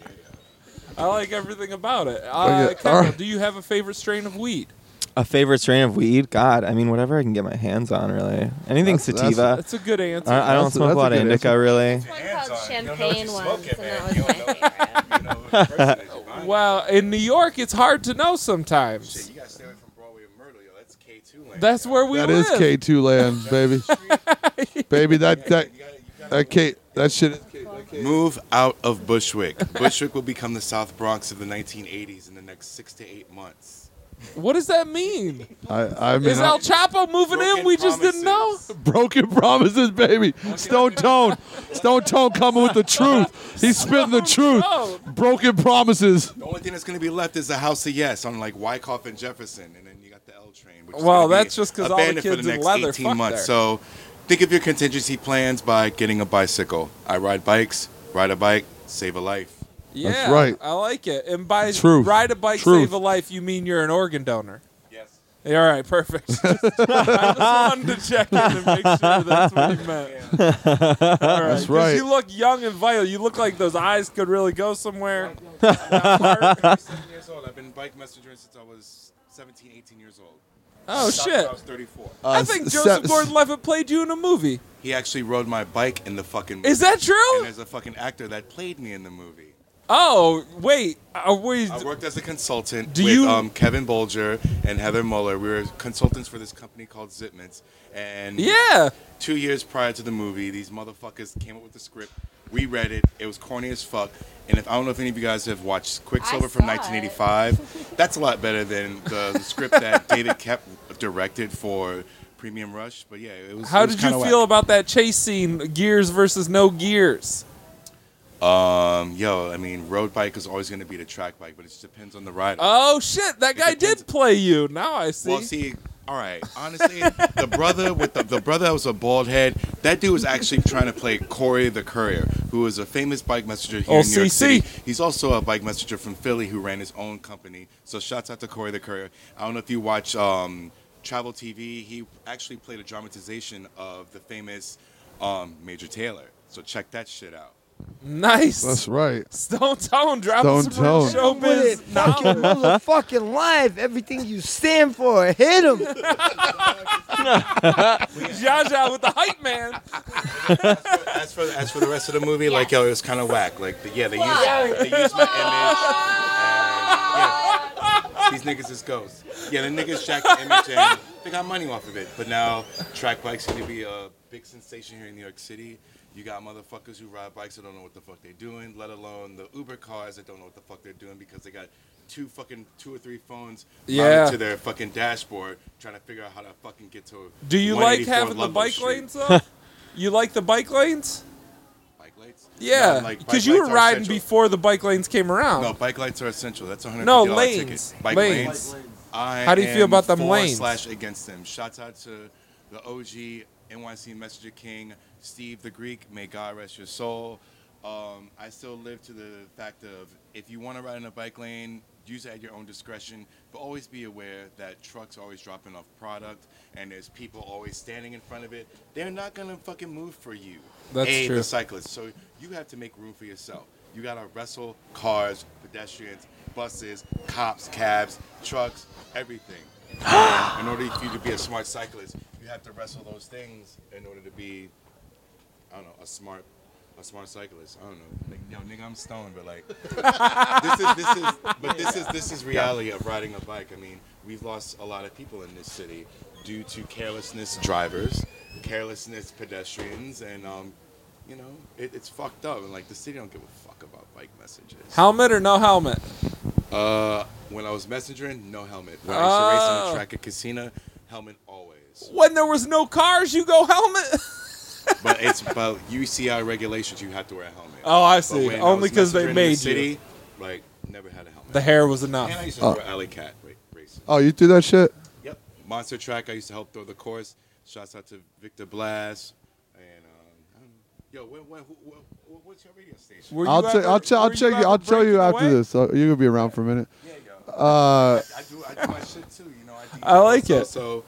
Speaker 2: I like everything about it. Uh,
Speaker 3: Okay,
Speaker 2: Kendall,
Speaker 3: alright.
Speaker 2: Do you have a favorite strain of weed?
Speaker 4: A favorite strain of weed? God, I mean, whatever I can get my hands on, really. Anything
Speaker 3: That's- that's-
Speaker 4: sativa.
Speaker 2: That's a good answer.
Speaker 4: I, I don't
Speaker 3: that's a-
Speaker 4: smoke
Speaker 3: that's
Speaker 4: a
Speaker 3: a
Speaker 4: lot of
Speaker 3: good
Speaker 4: indica,
Speaker 3: answer.
Speaker 4: really.
Speaker 9: One called
Speaker 11: You don't know what
Speaker 9: champagne
Speaker 11: you're
Speaker 9: once,
Speaker 11: smoking,
Speaker 9: and
Speaker 11: man.
Speaker 9: that was
Speaker 11: You
Speaker 9: my
Speaker 11: don't know-
Speaker 9: favorite.
Speaker 11: you don't know who the person is. You're lying.
Speaker 2: well, in New York, it's hard to know sometimes.
Speaker 11: Shit, you gotta stay away from Broadway and Myrtle, yo. That's K2 land.
Speaker 2: That's where we
Speaker 3: That
Speaker 2: live.
Speaker 3: is K2 land, baby. baby, that that that K that shit is K.
Speaker 11: Move out of Bushwick. Bushwick will become the South Bronx of the 1980s in the next six to eight months.
Speaker 2: What does that mean?
Speaker 3: I, I mean,
Speaker 2: Is
Speaker 3: I-
Speaker 2: El Chapo moving in?
Speaker 11: Broken
Speaker 2: We just didn't know.
Speaker 11: promises.
Speaker 3: broken promises, baby. Stone Tone, Stone Tone coming with the truth. He's spitting the truth.
Speaker 2: Tone.
Speaker 3: Broken promises.
Speaker 11: The only thing that's gonna be left is a house of yes on like Wyckoff and Jefferson, and then you got the L train. Which is gonna
Speaker 2: Well,
Speaker 11: be
Speaker 2: that's just 'cause all the
Speaker 11: abandoned for
Speaker 2: kids
Speaker 11: the
Speaker 2: in
Speaker 11: next
Speaker 2: leather
Speaker 11: 18
Speaker 2: fuck
Speaker 11: months.
Speaker 2: there.
Speaker 11: So, think of your contingency plans by getting a bicycle. I ride bikes. Ride a bike. Save a life.
Speaker 2: Yeah,
Speaker 3: right.
Speaker 2: I like it. And by
Speaker 3: Truth.
Speaker 2: ride a bike,
Speaker 3: Truth.
Speaker 2: save a life, you mean you're an organ donor.
Speaker 11: Yes.
Speaker 2: All right, perfect. I just wanted to check in and make sure that's what he meant. All right.
Speaker 3: That's
Speaker 2: 'Cause
Speaker 3: right.
Speaker 2: You look young and vital. You look like those eyes could really go somewhere.
Speaker 11: I'm 37 years old. I've been bike messengering since I was 17, 18 years old.
Speaker 2: Oh
Speaker 11: Sucked
Speaker 2: shit!
Speaker 11: I was 34.
Speaker 2: I
Speaker 1: Uh,
Speaker 2: think Joseph Gordon-Levitt played you in a movie.
Speaker 11: He actually rode my bike in the fucking. Movie.
Speaker 2: Is that true?
Speaker 11: And there's a fucking actor that played me in the movie.
Speaker 2: Oh wait, uh, wait.
Speaker 11: I worked as a consultant
Speaker 2: Do
Speaker 11: with
Speaker 2: you-
Speaker 11: um, Kevin Bolger and Heather Muller. We were consultants for this company called Zipments. And
Speaker 2: Yeah.
Speaker 11: two years prior to the movie, these motherfuckers came up with the script. We read it. It was corny as fuck. And if I don't know if any of you guys have watched Quicksilver from 1985, that's a lot better than the, the script that David Kep directed for Premium Rush. But yeah, it was.
Speaker 2: How
Speaker 11: it was
Speaker 2: did you
Speaker 11: kinda whack.
Speaker 2: feel about that chase scene? Gears versus no gears.
Speaker 11: Um, yo, I mean, road bike is always going to be the track bike, but it just depends on the rider.
Speaker 2: Oh shit! That guy did play you. Now I see.
Speaker 11: Well, see, all right. Honestly, the brother with the, the brother that was a bald head, that dude was actually trying to play Corey the Courier, who is a famous bike messenger here in New York
Speaker 2: OCC.
Speaker 11: City. He's also a bike messenger from Philly who ran his own company. So shouts out to Corey the Courier. I don't know if you watch um, Travel TV. He actually played a dramatization of the famous um, Major Taylor. So check that shit out.
Speaker 2: Nice.
Speaker 1: That's right.
Speaker 2: Stone Tone
Speaker 1: Stone
Speaker 2: dropping some real
Speaker 1: Tone.
Speaker 6: With
Speaker 2: showbiz.
Speaker 6: it, fucking
Speaker 2: knowledge.
Speaker 6: motherfucking life, everything you stand for, hit him.
Speaker 2: Zsa Zsa with the hype man.
Speaker 11: As for as for the rest of the movie, like yo, it was kind of whack. Like the, yeah, they used
Speaker 2: Why?
Speaker 11: they used my image. And, yeah, these niggas is ghosts. Yeah, the niggas jacked the image and they got money off of it. But now track bikes going to be a big sensation here in New York City. You got motherfuckers who ride bikes that don't know what the fuck they're doing, let alone the Uber cars that don't know what the fuck they're doing because they got two fucking two or three phones mounted
Speaker 2: Yeah.
Speaker 11: to their fucking dashboard trying to figure out how to fucking get to.
Speaker 2: Do you like
Speaker 11: 184
Speaker 2: having the
Speaker 11: Ludlow
Speaker 2: bike
Speaker 11: Street.
Speaker 2: lanes though? you like the bike lanes?
Speaker 11: Bike lights? No,
Speaker 2: Yeah,
Speaker 11: like, bike
Speaker 2: because you were
Speaker 11: lights are
Speaker 2: riding
Speaker 11: essential.
Speaker 2: before the bike lanes came around.
Speaker 11: No, bike lights are essential. That's a hundred.
Speaker 2: No, lanes.
Speaker 11: Ticket. Bike
Speaker 2: Lanes.
Speaker 11: lanes. I
Speaker 2: How do you feel
Speaker 11: am
Speaker 2: about them
Speaker 11: for
Speaker 2: lanes?
Speaker 11: Slash against them. Shouts out to the OG NYC Messenger King, Steve the Greek. May God rest your soul. Um, I still live to the fact of if you want to ride in a bike lane, use it at your own discretion, but always be aware that trucks are always dropping off product and there's people always standing in front of it. They're not gonna fucking move for you.
Speaker 2: That's
Speaker 11: A,
Speaker 2: true.
Speaker 11: The cyclists. So you have to make room for yourself. You gotta wrestle cars, pedestrians, buses, cops, cabs, trucks, everything. And in order for you to be a smart cyclist, you have to wrestle those things in order to be, I don't know, a smart, a smart cyclist. I don't know. Like, yo, nigga, I'm stoned, but like, this is this is, but this is this is reality of riding a bike. I mean, we've lost a lot of people in this city due to carelessness drivers, carelessness pedestrians, and um, you know, it, it's fucked up. And like, the city don't give a fuck about bike messages.
Speaker 2: Helmet or no helmet?
Speaker 11: Uh, when I was messengering, no helmet. When I used to race on
Speaker 2: Oh.
Speaker 11: the track at Casino, helmet always.
Speaker 2: When there was no cars, you go helmet.
Speaker 11: But it's about UCI regulations. You have to wear a helmet.
Speaker 2: Oh, I
Speaker 11: But
Speaker 2: see.
Speaker 11: when was
Speaker 2: Only 'cause they
Speaker 11: messengering in the
Speaker 2: made you.
Speaker 11: city, Like, never had a helmet.
Speaker 2: The hair was enough.
Speaker 11: And I used to
Speaker 1: Oh.
Speaker 11: throw alley cat ra- races.
Speaker 1: Oh, you do that shit?
Speaker 11: Yep. Monster track. I used to help throw the course. Shouts out to Victor Blast. And um, I don't know. yo, when, when, who, wh- wh- what's your radio station?
Speaker 1: I'll t- I'll, t- I'll check you. I'll tell you after this. Uh, you're gonna be around for a minute. Uh,
Speaker 11: I, I do. I do my shit too. You know. I, do
Speaker 2: I like
Speaker 11: so,
Speaker 2: it.
Speaker 11: So,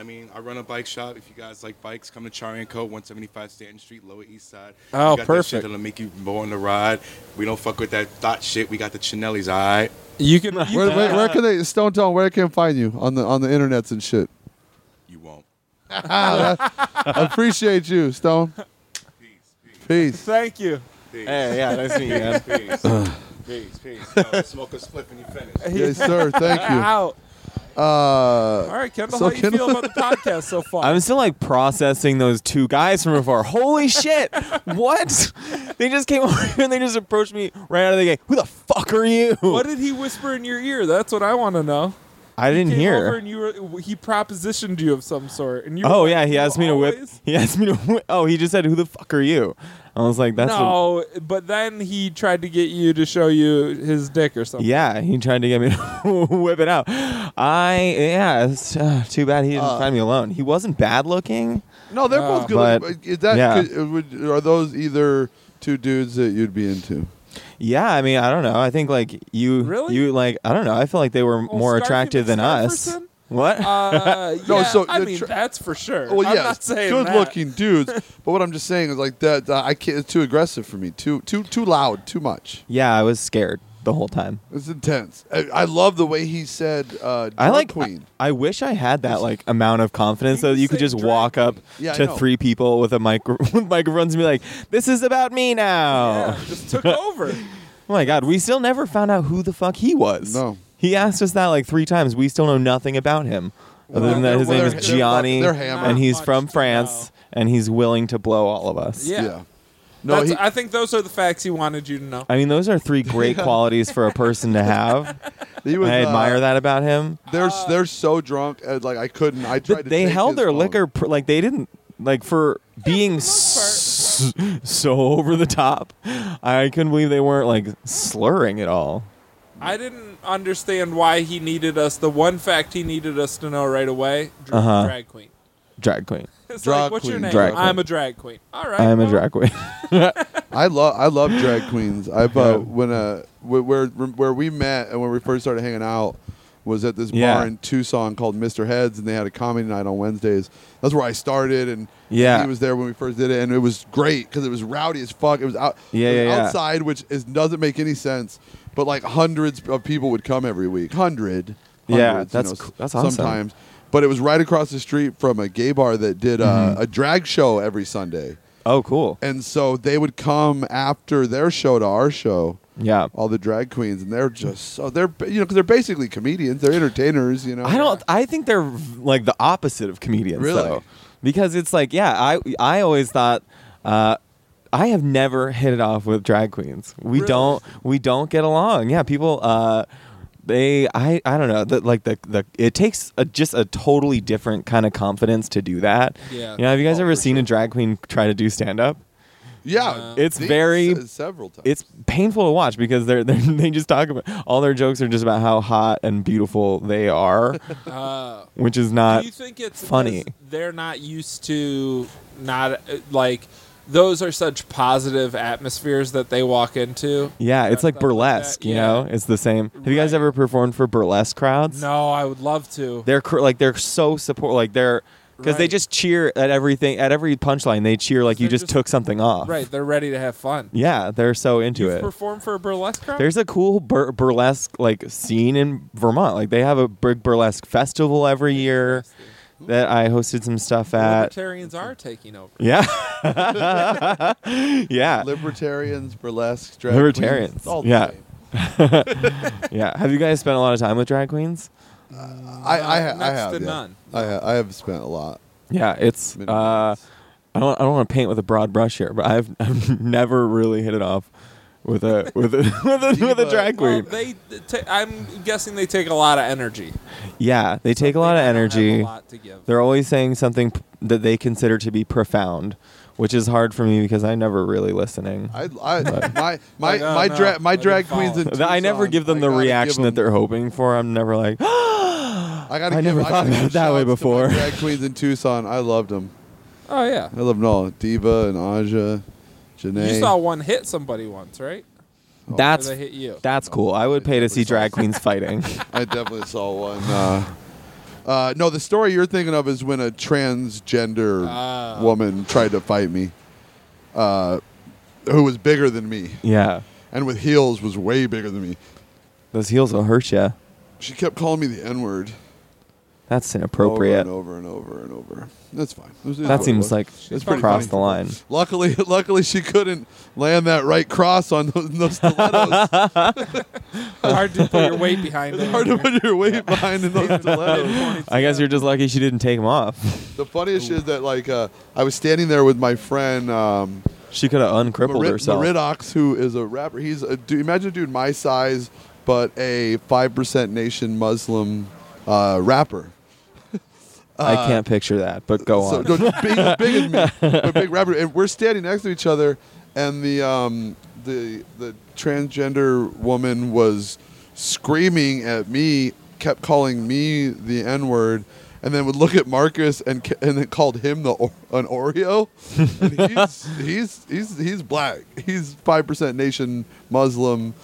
Speaker 11: I mean, I run a bike shop. If you guys like bikes, come to Chari and Co. 175 Stanton Street, Lower East Side.
Speaker 2: Oh,
Speaker 11: we got That
Speaker 2: perfect.
Speaker 11: shit that'll make you born to ride. We don't fuck with that thought shit. We got the Chinellis, all right.
Speaker 2: You can.
Speaker 1: where, where, where can they Stone Town? Where can they find you on the on the internets and shit?
Speaker 11: You won't.
Speaker 1: I appreciate you, Stone. Peace.
Speaker 2: Thank you.
Speaker 4: Hey, yeah, nice to meet you, man.
Speaker 11: Peace, peace, peace. Yo, smoke a spliff when you finish.
Speaker 1: Yes, sir. Thank you.
Speaker 2: Out.
Speaker 1: Uh,
Speaker 2: All right, Kendall.
Speaker 1: so
Speaker 2: how you feel
Speaker 1: Kendall-
Speaker 2: about the podcast so far?
Speaker 4: I'm still like processing those two guys from before. Holy shit! what? They just came over here and they just approached me right out of the gate. Who the fuck are you?
Speaker 2: what did he whisper in your ear? That's what I want to know.
Speaker 4: I didn't
Speaker 2: Came
Speaker 4: hear.
Speaker 2: over and you were, he propositioned you of some sort, and you.
Speaker 4: oh
Speaker 2: were like,
Speaker 4: yeah, he
Speaker 2: "You
Speaker 4: asked me to whip.
Speaker 2: always-"
Speaker 4: He asked me to. Whip. Oh, he just said, "Who the fuck are you?" I was like, "That's what-
Speaker 2: no, but then he tried to get you to show you his dick or something.
Speaker 4: yeah." He tried to get me to whip it out. I yeah, it's uh, too bad he didn't
Speaker 1: Uh,
Speaker 4: find me alone. He wasn't bad looking.
Speaker 1: No, they're
Speaker 2: Uh,
Speaker 1: both good.
Speaker 4: but-
Speaker 1: But is that
Speaker 4: yeah.
Speaker 1: could- uh, would, are those either two dudes that you'd be into?
Speaker 4: Yeah, I mean, I don't know. I think like you,
Speaker 2: Really?
Speaker 4: you like I don't know. I feel like they were more
Speaker 2: Scarfy
Speaker 4: attractive than us.
Speaker 2: McScarferson?
Speaker 4: What?
Speaker 2: Uh, yeah,
Speaker 1: No, so
Speaker 2: I
Speaker 1: the
Speaker 2: mean
Speaker 1: tra-
Speaker 2: that's for sure.
Speaker 1: Well,
Speaker 2: I'm
Speaker 1: yeah,
Speaker 2: not saying
Speaker 1: good
Speaker 2: that.
Speaker 1: looking dudes. But what I'm just saying is like that. Uh, I can't. It's too aggressive for me. Too too too loud. Too much.
Speaker 4: yeah, I was scared, the whole time.
Speaker 3: It's intense. I, I love the way he said. Uh,
Speaker 4: I
Speaker 3: drag
Speaker 4: like.
Speaker 3: queen.
Speaker 4: I, I wish I had that like amount of confidence so that you could just walk up
Speaker 3: Yeah, I
Speaker 4: to
Speaker 3: know.
Speaker 4: three people with a micro with microphones and be like, "This is about me now."
Speaker 2: just took over.
Speaker 4: Oh my god, we still never found out who the fuck he was. No. He asked us that like three times. We still know nothing about him. Other
Speaker 3: Well,
Speaker 4: than that,
Speaker 3: they're-
Speaker 4: his
Speaker 3: well,
Speaker 4: name
Speaker 3: they're-
Speaker 4: is
Speaker 3: they're fuck-
Speaker 4: Gianni,
Speaker 3: they're hammered.
Speaker 4: and he's from France, and he's willing to blow all of us.
Speaker 2: Yeah.
Speaker 3: No,
Speaker 2: That's-
Speaker 3: he-
Speaker 2: I think those are the facts he wanted you to know.
Speaker 4: I mean, those are three great
Speaker 2: Yeah.
Speaker 4: qualities for a person to have.
Speaker 3: He was,
Speaker 4: I admire
Speaker 3: uh,
Speaker 4: that about him.
Speaker 3: They're s- they're so drunk. uh, Like I couldn't. I tried. to
Speaker 4: They
Speaker 3: take
Speaker 4: held
Speaker 3: his
Speaker 4: their
Speaker 3: phone.
Speaker 4: liquor pr- like they didn't like for being s- so over the top. I couldn't believe they weren't like slurring at all.
Speaker 2: I didn't understand why he needed us. The one fact he needed us to know right away: dr-
Speaker 4: Uh-huh.
Speaker 2: drag queen.
Speaker 4: Drag queen.
Speaker 2: It's like, what's your name?
Speaker 4: Drag
Speaker 2: I'm
Speaker 4: queen.
Speaker 2: a drag queen. All right.
Speaker 4: I'm a drag queen.
Speaker 3: I love I love drag queens. I've uh, when uh wh- where where we met and when we first started hanging out was at this
Speaker 4: Yeah.
Speaker 3: bar in Tucson called Mr. Heads, and they had a comedy night on Wednesdays. That's where I started, and
Speaker 4: Yeah.
Speaker 3: he was there when we first did it, and it was great because it was rowdy as fuck. It was out
Speaker 4: Yeah,
Speaker 3: it was
Speaker 4: yeah, yeah.
Speaker 3: outside, which is doesn't make any sense, but like hundreds of people would come every week, hundred.
Speaker 4: Yeah,
Speaker 3: hundreds,
Speaker 4: that's
Speaker 3: you know,
Speaker 4: cr-
Speaker 3: s-
Speaker 4: that's awesome.
Speaker 3: Sometimes, but it was right across the street from a gay bar that did uh,
Speaker 4: Mm-hmm.
Speaker 3: a drag show every Sunday.
Speaker 4: Oh, cool.
Speaker 3: And so they would come after their show to our show.
Speaker 4: Yeah.
Speaker 3: All the drag queens, and they're just so they're you know because they're basically comedians, they're entertainers, you know.
Speaker 4: I don't. I think they're v- like the opposite of comedians,
Speaker 3: Really?
Speaker 4: though, because it's like, yeah, I I always thought, uh, I have never hit it off with drag queens. We don't we don't get along. Yeah, people. Uh, they I I don't know. The, like the the it takes a, just a totally different kind of confidence to do that.
Speaker 3: Yeah.
Speaker 4: You know, have you guys ever seen a drag queen try to do stand up?
Speaker 3: Yeah,
Speaker 4: it's
Speaker 3: these-
Speaker 4: very
Speaker 3: se- several times.
Speaker 4: It's painful to watch because they're, they're they just talk about all their jokes are just about how hot and beautiful they are,
Speaker 2: Oh.
Speaker 4: which is not
Speaker 2: Do you think it's
Speaker 4: funny.
Speaker 2: because They're not used to not uh, like those are such positive atmospheres that they walk into.
Speaker 4: Yeah, it's like
Speaker 2: Stuff that.
Speaker 4: burlesque, you
Speaker 2: Yeah.
Speaker 4: know. It's the same. Have you guys ever performed for burlesque crowds?
Speaker 2: No, I would love to.
Speaker 4: They're cr- like they're so support like they're because they
Speaker 2: Right.
Speaker 4: just cheer at everything at every punchline. They cheer like you just, took something off.
Speaker 2: Right, they're ready to have fun.
Speaker 4: Yeah, they're so into
Speaker 2: You've
Speaker 4: it.
Speaker 2: performed for a burlesque crowd.
Speaker 4: There's a cool bur- burlesque like scene in Vermont. Like they have a big burlesque festival every year that I hosted some stuff at.
Speaker 2: libertarians are taking over.
Speaker 4: Yeah. yeah.
Speaker 3: libertarians, burlesque, drag
Speaker 4: Libertarians.
Speaker 3: queens, it's all the
Speaker 4: yeah.
Speaker 3: same.
Speaker 4: yeah. Have you guys spent a lot of time with drag queens?
Speaker 3: I I, ha- I
Speaker 2: next
Speaker 3: have
Speaker 2: to
Speaker 3: yeah.
Speaker 2: none.
Speaker 3: I ha- I have spent a lot.
Speaker 4: Yeah, it's. Uh, I don't. I don't want to paint with a broad brush here, but I've, I've never really hit it off with a with a with a, with a drag
Speaker 2: Well,
Speaker 4: queen.
Speaker 2: they, ta I'm guessing they take a lot of energy.
Speaker 4: Yeah, they take a lot of energy.
Speaker 2: lot to give.
Speaker 4: They're always saying something p- that they consider to be profound, which is hard for me because I'm never really listening.
Speaker 3: I, I my my
Speaker 2: Like, oh,
Speaker 3: my,
Speaker 2: no,
Speaker 3: dra- my
Speaker 2: let me
Speaker 3: drag queens in
Speaker 4: Th- I never
Speaker 3: Tucson,
Speaker 4: give them the
Speaker 3: gotta give
Speaker 4: reaction that they're hoping for. I'm never like,
Speaker 3: I gotta
Speaker 4: I
Speaker 3: give,
Speaker 4: never
Speaker 3: I gotta
Speaker 4: thought about
Speaker 3: give
Speaker 4: it that way
Speaker 3: shouts to my
Speaker 4: before.
Speaker 3: drag queens in Tucson, I loved them.
Speaker 2: Oh yeah.
Speaker 3: I loved them all. Diva and Aja, Janae.
Speaker 2: You saw one hit somebody once, right?
Speaker 4: that's
Speaker 2: Or they hit you.
Speaker 4: that's cool. I would pay to see drag queens fighting.
Speaker 3: I definitely saw one. Uh, uh, no, the story you're thinking of is when a transgender
Speaker 2: Ah.
Speaker 3: woman tried to fight me, uh, who was bigger than me,
Speaker 4: Yeah,
Speaker 3: and with heels was way bigger than me.
Speaker 4: those heels will hurt you.
Speaker 3: She kept calling me the N word.
Speaker 4: That's inappropriate.
Speaker 3: Over and over and over and over. That's fine. It was- it
Speaker 4: That
Speaker 3: was-
Speaker 4: seems like
Speaker 3: it's pretty
Speaker 4: across the
Speaker 3: funny.
Speaker 4: line.
Speaker 3: Luckily, luckily she couldn't land that right cross on those, those stilettos.
Speaker 2: Hard to put your weight behind
Speaker 3: it's
Speaker 2: it.
Speaker 3: hard to put your weight behind in those stilettos.
Speaker 4: I guess you're just lucky she didn't take them off.
Speaker 3: The funniest is that like uh, I was standing there with my friend um,
Speaker 4: She could have uncrippled
Speaker 3: Marit-
Speaker 4: herself.
Speaker 3: Maridox, who is a rapper. He's a dude, imagine a dude my size, but a five percent nation Muslim uh, rapper.
Speaker 4: I
Speaker 3: Uh,
Speaker 4: can't picture that, but go
Speaker 3: So
Speaker 4: on.
Speaker 3: no, just big, he's bigger than me, but big rapper. And we're standing next to each other, and the um, the the transgender woman was screaming at me, kept calling me the N word, and then would look at Marcus and ca- and then called him the or- an Oreo. And he's, he's he's he's black. He's five percent nation Muslim,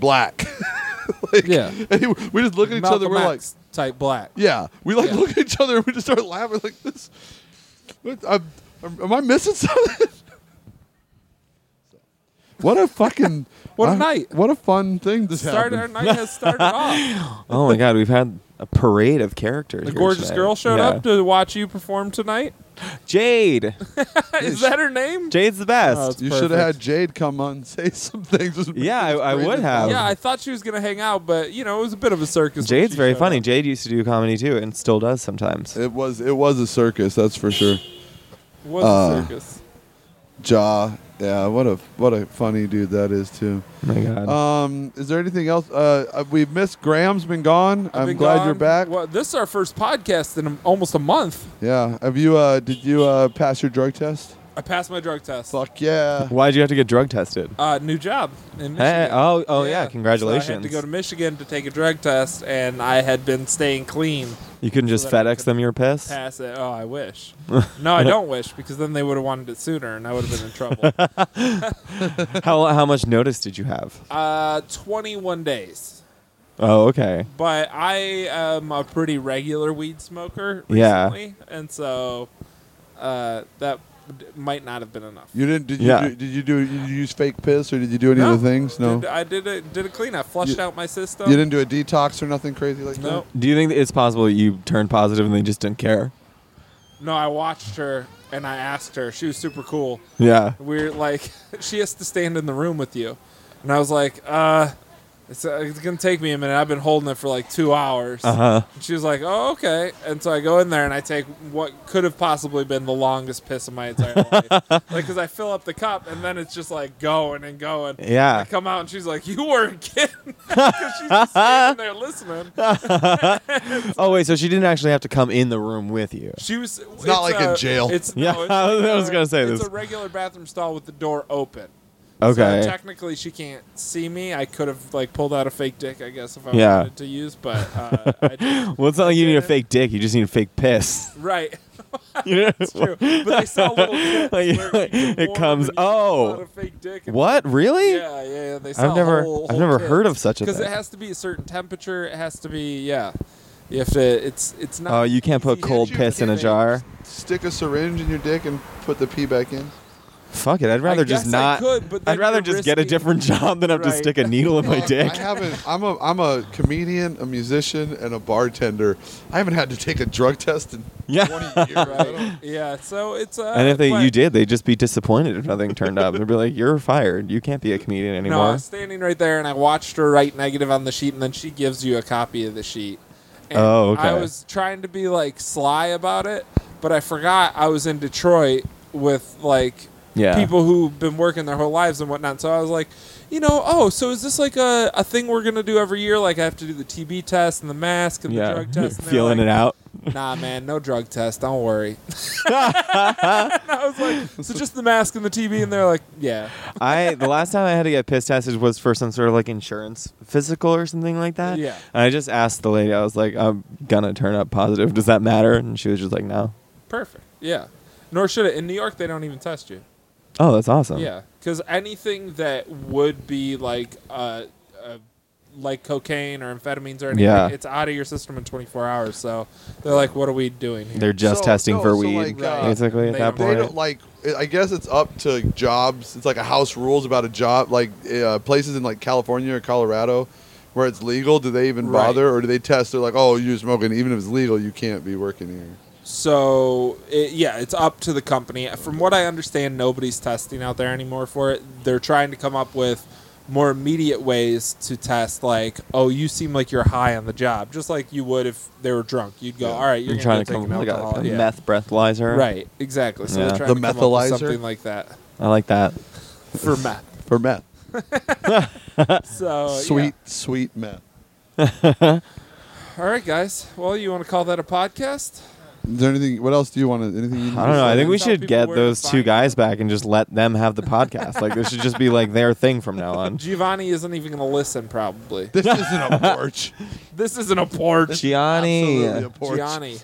Speaker 3: black. Like,
Speaker 2: Yeah.
Speaker 3: and he- we just look at each other.
Speaker 2: Malcolm
Speaker 3: We're like,
Speaker 2: X type black.
Speaker 3: yeah, we like
Speaker 2: Yeah.
Speaker 3: look at each other and we just start laughing like this. What, I'm, I'm- am I missing something? What a fucking
Speaker 2: What a night.
Speaker 3: What a fun thing this
Speaker 2: Started-
Speaker 3: happened.
Speaker 2: our night has started off.
Speaker 4: Oh my god, we've had a parade of characters.
Speaker 2: The
Speaker 4: here
Speaker 2: gorgeous
Speaker 4: tonight.
Speaker 2: girl showed
Speaker 4: Yeah.
Speaker 2: up to watch you perform tonight.
Speaker 4: Jade.
Speaker 2: Is that her name?
Speaker 4: Jade's the best.
Speaker 2: Oh, it's
Speaker 3: you should have
Speaker 2: perfect.
Speaker 3: had Jade come on and say some things. Just
Speaker 4: Yeah, I, I would have.
Speaker 2: Yeah, I thought she was gonna hang out, but you know, it was a bit of a circus. when
Speaker 4: Jade's
Speaker 2: she
Speaker 4: very
Speaker 2: showed
Speaker 4: funny. Jade used to do comedy too, and still does sometimes.
Speaker 3: It was it was a circus, that's for sure.
Speaker 2: It was a
Speaker 3: Uh,
Speaker 2: circus.
Speaker 3: Jaw. Yeah, what a what a funny dude that is too.
Speaker 4: Oh My God.
Speaker 3: Um, is there anything else? Uh, uh, we missed Graham's been gone.
Speaker 2: I've
Speaker 3: I'm
Speaker 2: been
Speaker 3: glad
Speaker 2: gone.
Speaker 3: you're back.
Speaker 2: Well, this is our first podcast in almost a month.
Speaker 3: Yeah. Have you? Uh, did you uh, pass your drug test?
Speaker 2: I passed my drug test.
Speaker 3: Fuck yeah.
Speaker 4: Why'd you have to get drug tested?
Speaker 2: Uh, new job in Michigan.
Speaker 4: Hey, oh, oh yeah,
Speaker 2: So I had to
Speaker 4: congratulations.
Speaker 2: go to Michigan to take a drug test, and I had been staying clean.
Speaker 4: You couldn't
Speaker 2: so
Speaker 4: just
Speaker 2: that I
Speaker 4: FedEx them your
Speaker 2: could
Speaker 4: piss?
Speaker 2: Pass it. Oh, I wish. no, I don't wish because then they would have wanted it sooner, and I would have been in trouble.
Speaker 4: how how much notice did you have?
Speaker 2: uh, 21 days.
Speaker 4: Oh, okay.
Speaker 2: But I am a pretty regular weed smoker
Speaker 4: Yeah.
Speaker 2: recently, and so uh, that d- might not have been enough.
Speaker 3: You didn't? Did you?
Speaker 4: Yeah.
Speaker 3: Do, did you do? Did you use fake piss or did you do any of the things? No. uh,
Speaker 2: Did- I did a did a clean. I flushed out my system.
Speaker 3: you didn't do a detox or nothing crazy like
Speaker 2: No.
Speaker 4: Do you think it's possible you turned positive and they just didn't care?
Speaker 2: No, I watched her and I asked her. She was super cool.
Speaker 4: Yeah.
Speaker 2: We're like, she has to stand in the room with you, and I was like, uh. It's, uh, it's gonna take me a minute. I've been holding it for like two hours.
Speaker 4: Uh-huh.
Speaker 2: And she was like, "Oh, okay." And so I go in there and I take what could have possibly been the longest piss of my entire life, like because I fill up the cup and then it's just like going and going.
Speaker 4: Yeah.
Speaker 2: I come out and she's like, "You weren't kidding," because she's just standing there listening.
Speaker 4: oh wait, so she didn't actually have to come in the room with you.
Speaker 2: She was. It's,
Speaker 3: not like in
Speaker 2: a-
Speaker 3: jail.
Speaker 2: It's
Speaker 4: Yeah,
Speaker 2: no, it's
Speaker 4: I was- I was
Speaker 2: regular-
Speaker 4: gonna say
Speaker 2: it's
Speaker 4: this.
Speaker 2: a regular bathroom stall with the door open.
Speaker 4: Okay.
Speaker 2: So technically, she can't see me. I could have like pulled out a fake dick, I guess, if I
Speaker 4: Yeah.
Speaker 2: wanted to use, but uh, I didn't.
Speaker 4: well, it's not like you need a fake dick. You just need a fake piss.
Speaker 2: Right.
Speaker 4: You know?
Speaker 2: That's true. But they saw little kids
Speaker 4: Like,
Speaker 2: where you
Speaker 4: it
Speaker 2: can
Speaker 4: comes.
Speaker 2: warm
Speaker 4: Oh.
Speaker 2: out a fake dick and-
Speaker 4: What? Really?
Speaker 2: Yeah, yeah. yeah. They
Speaker 4: I've
Speaker 2: sell
Speaker 4: never-
Speaker 2: whole-
Speaker 4: I've
Speaker 2: whole
Speaker 4: never
Speaker 2: kits.
Speaker 4: heard of such a
Speaker 2: Because it
Speaker 4: thing.
Speaker 2: has to be a certain temperature. It has to be yeah. You have to. It's it's not.
Speaker 4: Oh, you can't put
Speaker 2: easy.
Speaker 4: cold piss in a jar.
Speaker 3: Stick a syringe in your dick and put the pee back in.
Speaker 4: Fuck it. I'd rather just
Speaker 2: guess I
Speaker 4: not.
Speaker 2: could, but then
Speaker 4: I'd rather
Speaker 2: you're
Speaker 4: just get a
Speaker 2: risking-
Speaker 4: different job than have to
Speaker 2: Right.
Speaker 4: stick a needle in my
Speaker 3: Fuck,
Speaker 4: dick.
Speaker 3: I haven't. I'm a. I'm a comedian, a musician, and a bartender. I haven't had to take a drug test in
Speaker 4: Yeah.
Speaker 3: 20 years. I don't-
Speaker 2: Right. Yeah. So it's. Uh,
Speaker 4: and if they
Speaker 2: but-
Speaker 4: you did, they'd just be disappointed if nothing turned up. They'd be like, "You're fired. You can't be a comedian
Speaker 2: No, I
Speaker 4: anymore."
Speaker 2: was standing right there, and I watched her write negative on the sheet, and then she gives you a copy of the sheet. And
Speaker 4: Oh, okay.
Speaker 2: I was trying to be like sly about it, but I forgot I was in Detroit with like
Speaker 4: Yeah.
Speaker 2: people who've been working their whole lives and whatnot. So I was like, you know, oh, so is this like a, a thing we're gonna do every year? Like I have to do the TB test and the mask and the
Speaker 4: yeah,
Speaker 2: drug test. And they're
Speaker 4: feeling
Speaker 2: like,
Speaker 4: it out.
Speaker 2: Nah, man, no drug test. Don't worry. and I was like, so just the mask and the TB, and they're like, yeah.
Speaker 4: I the last time I had to get piss tested was for some sort of like insurance physical or something like that.
Speaker 2: Yeah.
Speaker 4: And I just asked the lady. I was like, "I'm gonna turn up positive. Does that matter?" And she was just like, "No."
Speaker 2: Perfect. Yeah. Nor should it. In New York, they don't even test you.
Speaker 4: Oh, that's awesome.
Speaker 2: Yeah. Because anything that would be like uh, uh, like cocaine or amphetamines or anything,
Speaker 4: Yeah.
Speaker 2: it's out of your system in 24 hours. So they're like, what are we doing here?
Speaker 4: They're just
Speaker 3: So-
Speaker 4: testing
Speaker 3: no,
Speaker 4: for
Speaker 3: so,
Speaker 4: weed,
Speaker 3: like, uh,
Speaker 4: basically at
Speaker 2: they
Speaker 4: that
Speaker 2: don't-
Speaker 3: They
Speaker 4: point.
Speaker 3: don't like. I guess it's up to jobs. It's like a house rules about a job. Like uh, places in like California or Colorado, where it's legal. Do they even
Speaker 2: Right.
Speaker 3: bother, or do they test? They're like, oh, you're smoking. Even if it's legal, you can't be working here.
Speaker 2: So it, yeah, it's up to the company. From what I understand, nobody's testing out there anymore for it. They're trying to come up with more immediate ways to test. Like, oh, you seem like you're high on the job, just like you would if they were drunk. You'd go, all right, you're,
Speaker 4: You're trying
Speaker 2: gonna
Speaker 4: to come
Speaker 2: go
Speaker 4: up
Speaker 2: take an
Speaker 4: with like a,
Speaker 2: alcohol.
Speaker 4: a
Speaker 2: yeah.
Speaker 4: meth breathalyzer.
Speaker 2: Right, exactly. So
Speaker 4: Yeah.
Speaker 2: they're trying
Speaker 3: The
Speaker 2: to come up with
Speaker 3: methalyzer?
Speaker 2: something like that
Speaker 4: I like that.
Speaker 2: for meth.
Speaker 3: For meth.
Speaker 2: So Uh, yeah.
Speaker 3: sweet, sweet meth.
Speaker 2: All right, guys. Well, you want to call that a podcast?
Speaker 3: Is there anything? What else do you want? To, anything? You
Speaker 4: I don't know. I think we
Speaker 2: Tell
Speaker 4: should
Speaker 2: people
Speaker 4: get
Speaker 2: where to
Speaker 4: those two
Speaker 2: find
Speaker 4: guys back and just let them have the podcast. like this should just be like their thing from now on.
Speaker 2: Giovanni isn't even going to listen, probably.
Speaker 3: This isn't a porch.
Speaker 2: This isn't a porch.
Speaker 4: Gianni,
Speaker 3: Absolutely a porch.
Speaker 2: Gianni.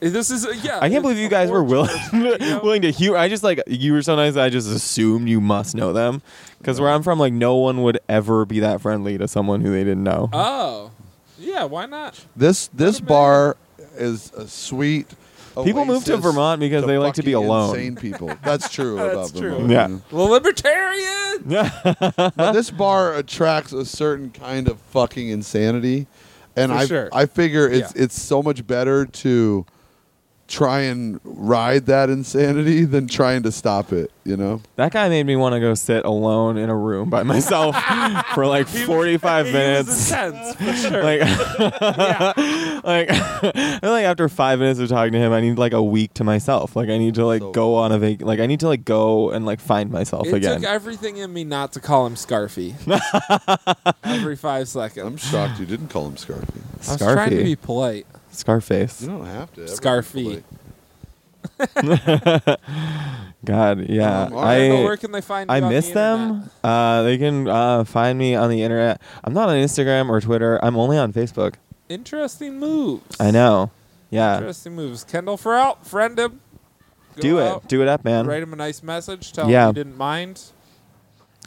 Speaker 2: this is yeah.
Speaker 4: I can't
Speaker 2: it's
Speaker 4: believe you
Speaker 2: a
Speaker 4: guys were
Speaker 2: porch.
Speaker 4: willing willing to humor. I just like you were so nice. that I just assumed you must know them because where I'm from, like no one would ever be that friendly to someone who they didn't know.
Speaker 2: Uh. Oh, yeah. Why not?
Speaker 3: This this bar is a sweet Oasis
Speaker 4: People move to Vermont because they like to be
Speaker 3: fucking
Speaker 4: alone.
Speaker 3: Insane people. That's true
Speaker 4: That's
Speaker 3: about
Speaker 4: true.
Speaker 3: Vermont.
Speaker 4: Yeah.
Speaker 3: you know?
Speaker 2: The libertarian.
Speaker 3: but this bar attracts a certain kind of fucking insanity, and
Speaker 2: For
Speaker 3: I
Speaker 2: sure.
Speaker 3: I figure it's it's so much better to try and ride that insanity than trying to stop it. You know,
Speaker 4: That guy made me want to go sit alone in a room by myself for like 45 minutes.
Speaker 2: intense, for sure.
Speaker 4: like, like, I feel like after five minutes of talking to him, I need like a week to myself. Like, I need to like go on a vac. Like, I need to like go and like find myself
Speaker 2: It
Speaker 4: again.
Speaker 2: took everything in me not to call him Scarfy. Every five seconds. I'm
Speaker 3: shocked you didn't call him Scarfy.
Speaker 2: I was trying to
Speaker 4: Scarfy.
Speaker 2: be polite.
Speaker 4: Scarface.
Speaker 3: You don't have to. Everyone's
Speaker 2: Scarfy.
Speaker 4: God, yeah.
Speaker 2: Um, all right,
Speaker 4: I,
Speaker 2: but where can they find
Speaker 4: I
Speaker 2: you on the
Speaker 4: miss them. Uh, they can uh, find me on the internet. I'm not on Instagram or Twitter. I'm only on Facebook.
Speaker 2: Interesting moves.
Speaker 4: I know. Yeah.
Speaker 2: Interesting moves. Kendall Farrell, friend him. Go
Speaker 4: Do it.
Speaker 2: out,
Speaker 4: Do it up, man.
Speaker 2: Write him a nice message. Tell
Speaker 4: Yeah.
Speaker 2: him you didn't mind.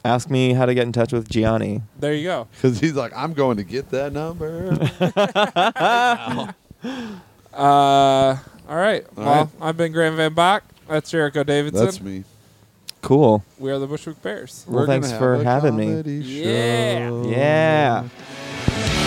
Speaker 4: Ask me how to get in touch with Gianni.
Speaker 2: There you go.
Speaker 3: because he's like, I'm going to get that number.
Speaker 2: Uh, all right.
Speaker 3: All
Speaker 2: well,
Speaker 3: right.
Speaker 2: I've been Graham Van Bach. That's Jericho Davidson.
Speaker 3: That's me.
Speaker 4: Cool.
Speaker 2: We are the Bushwick Bears.
Speaker 4: Well, thanks
Speaker 3: have
Speaker 4: for
Speaker 3: a
Speaker 4: having me.
Speaker 3: comedy
Speaker 2: Yeah.
Speaker 3: show.
Speaker 4: Yeah.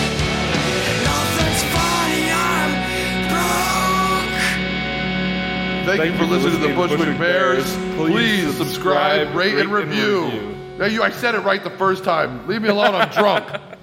Speaker 1: Thank you for listening to the Bushwick Bears. Please subscribe, rate, and review. Now you, I said it right the first time. Leave me alone. I'm drunk.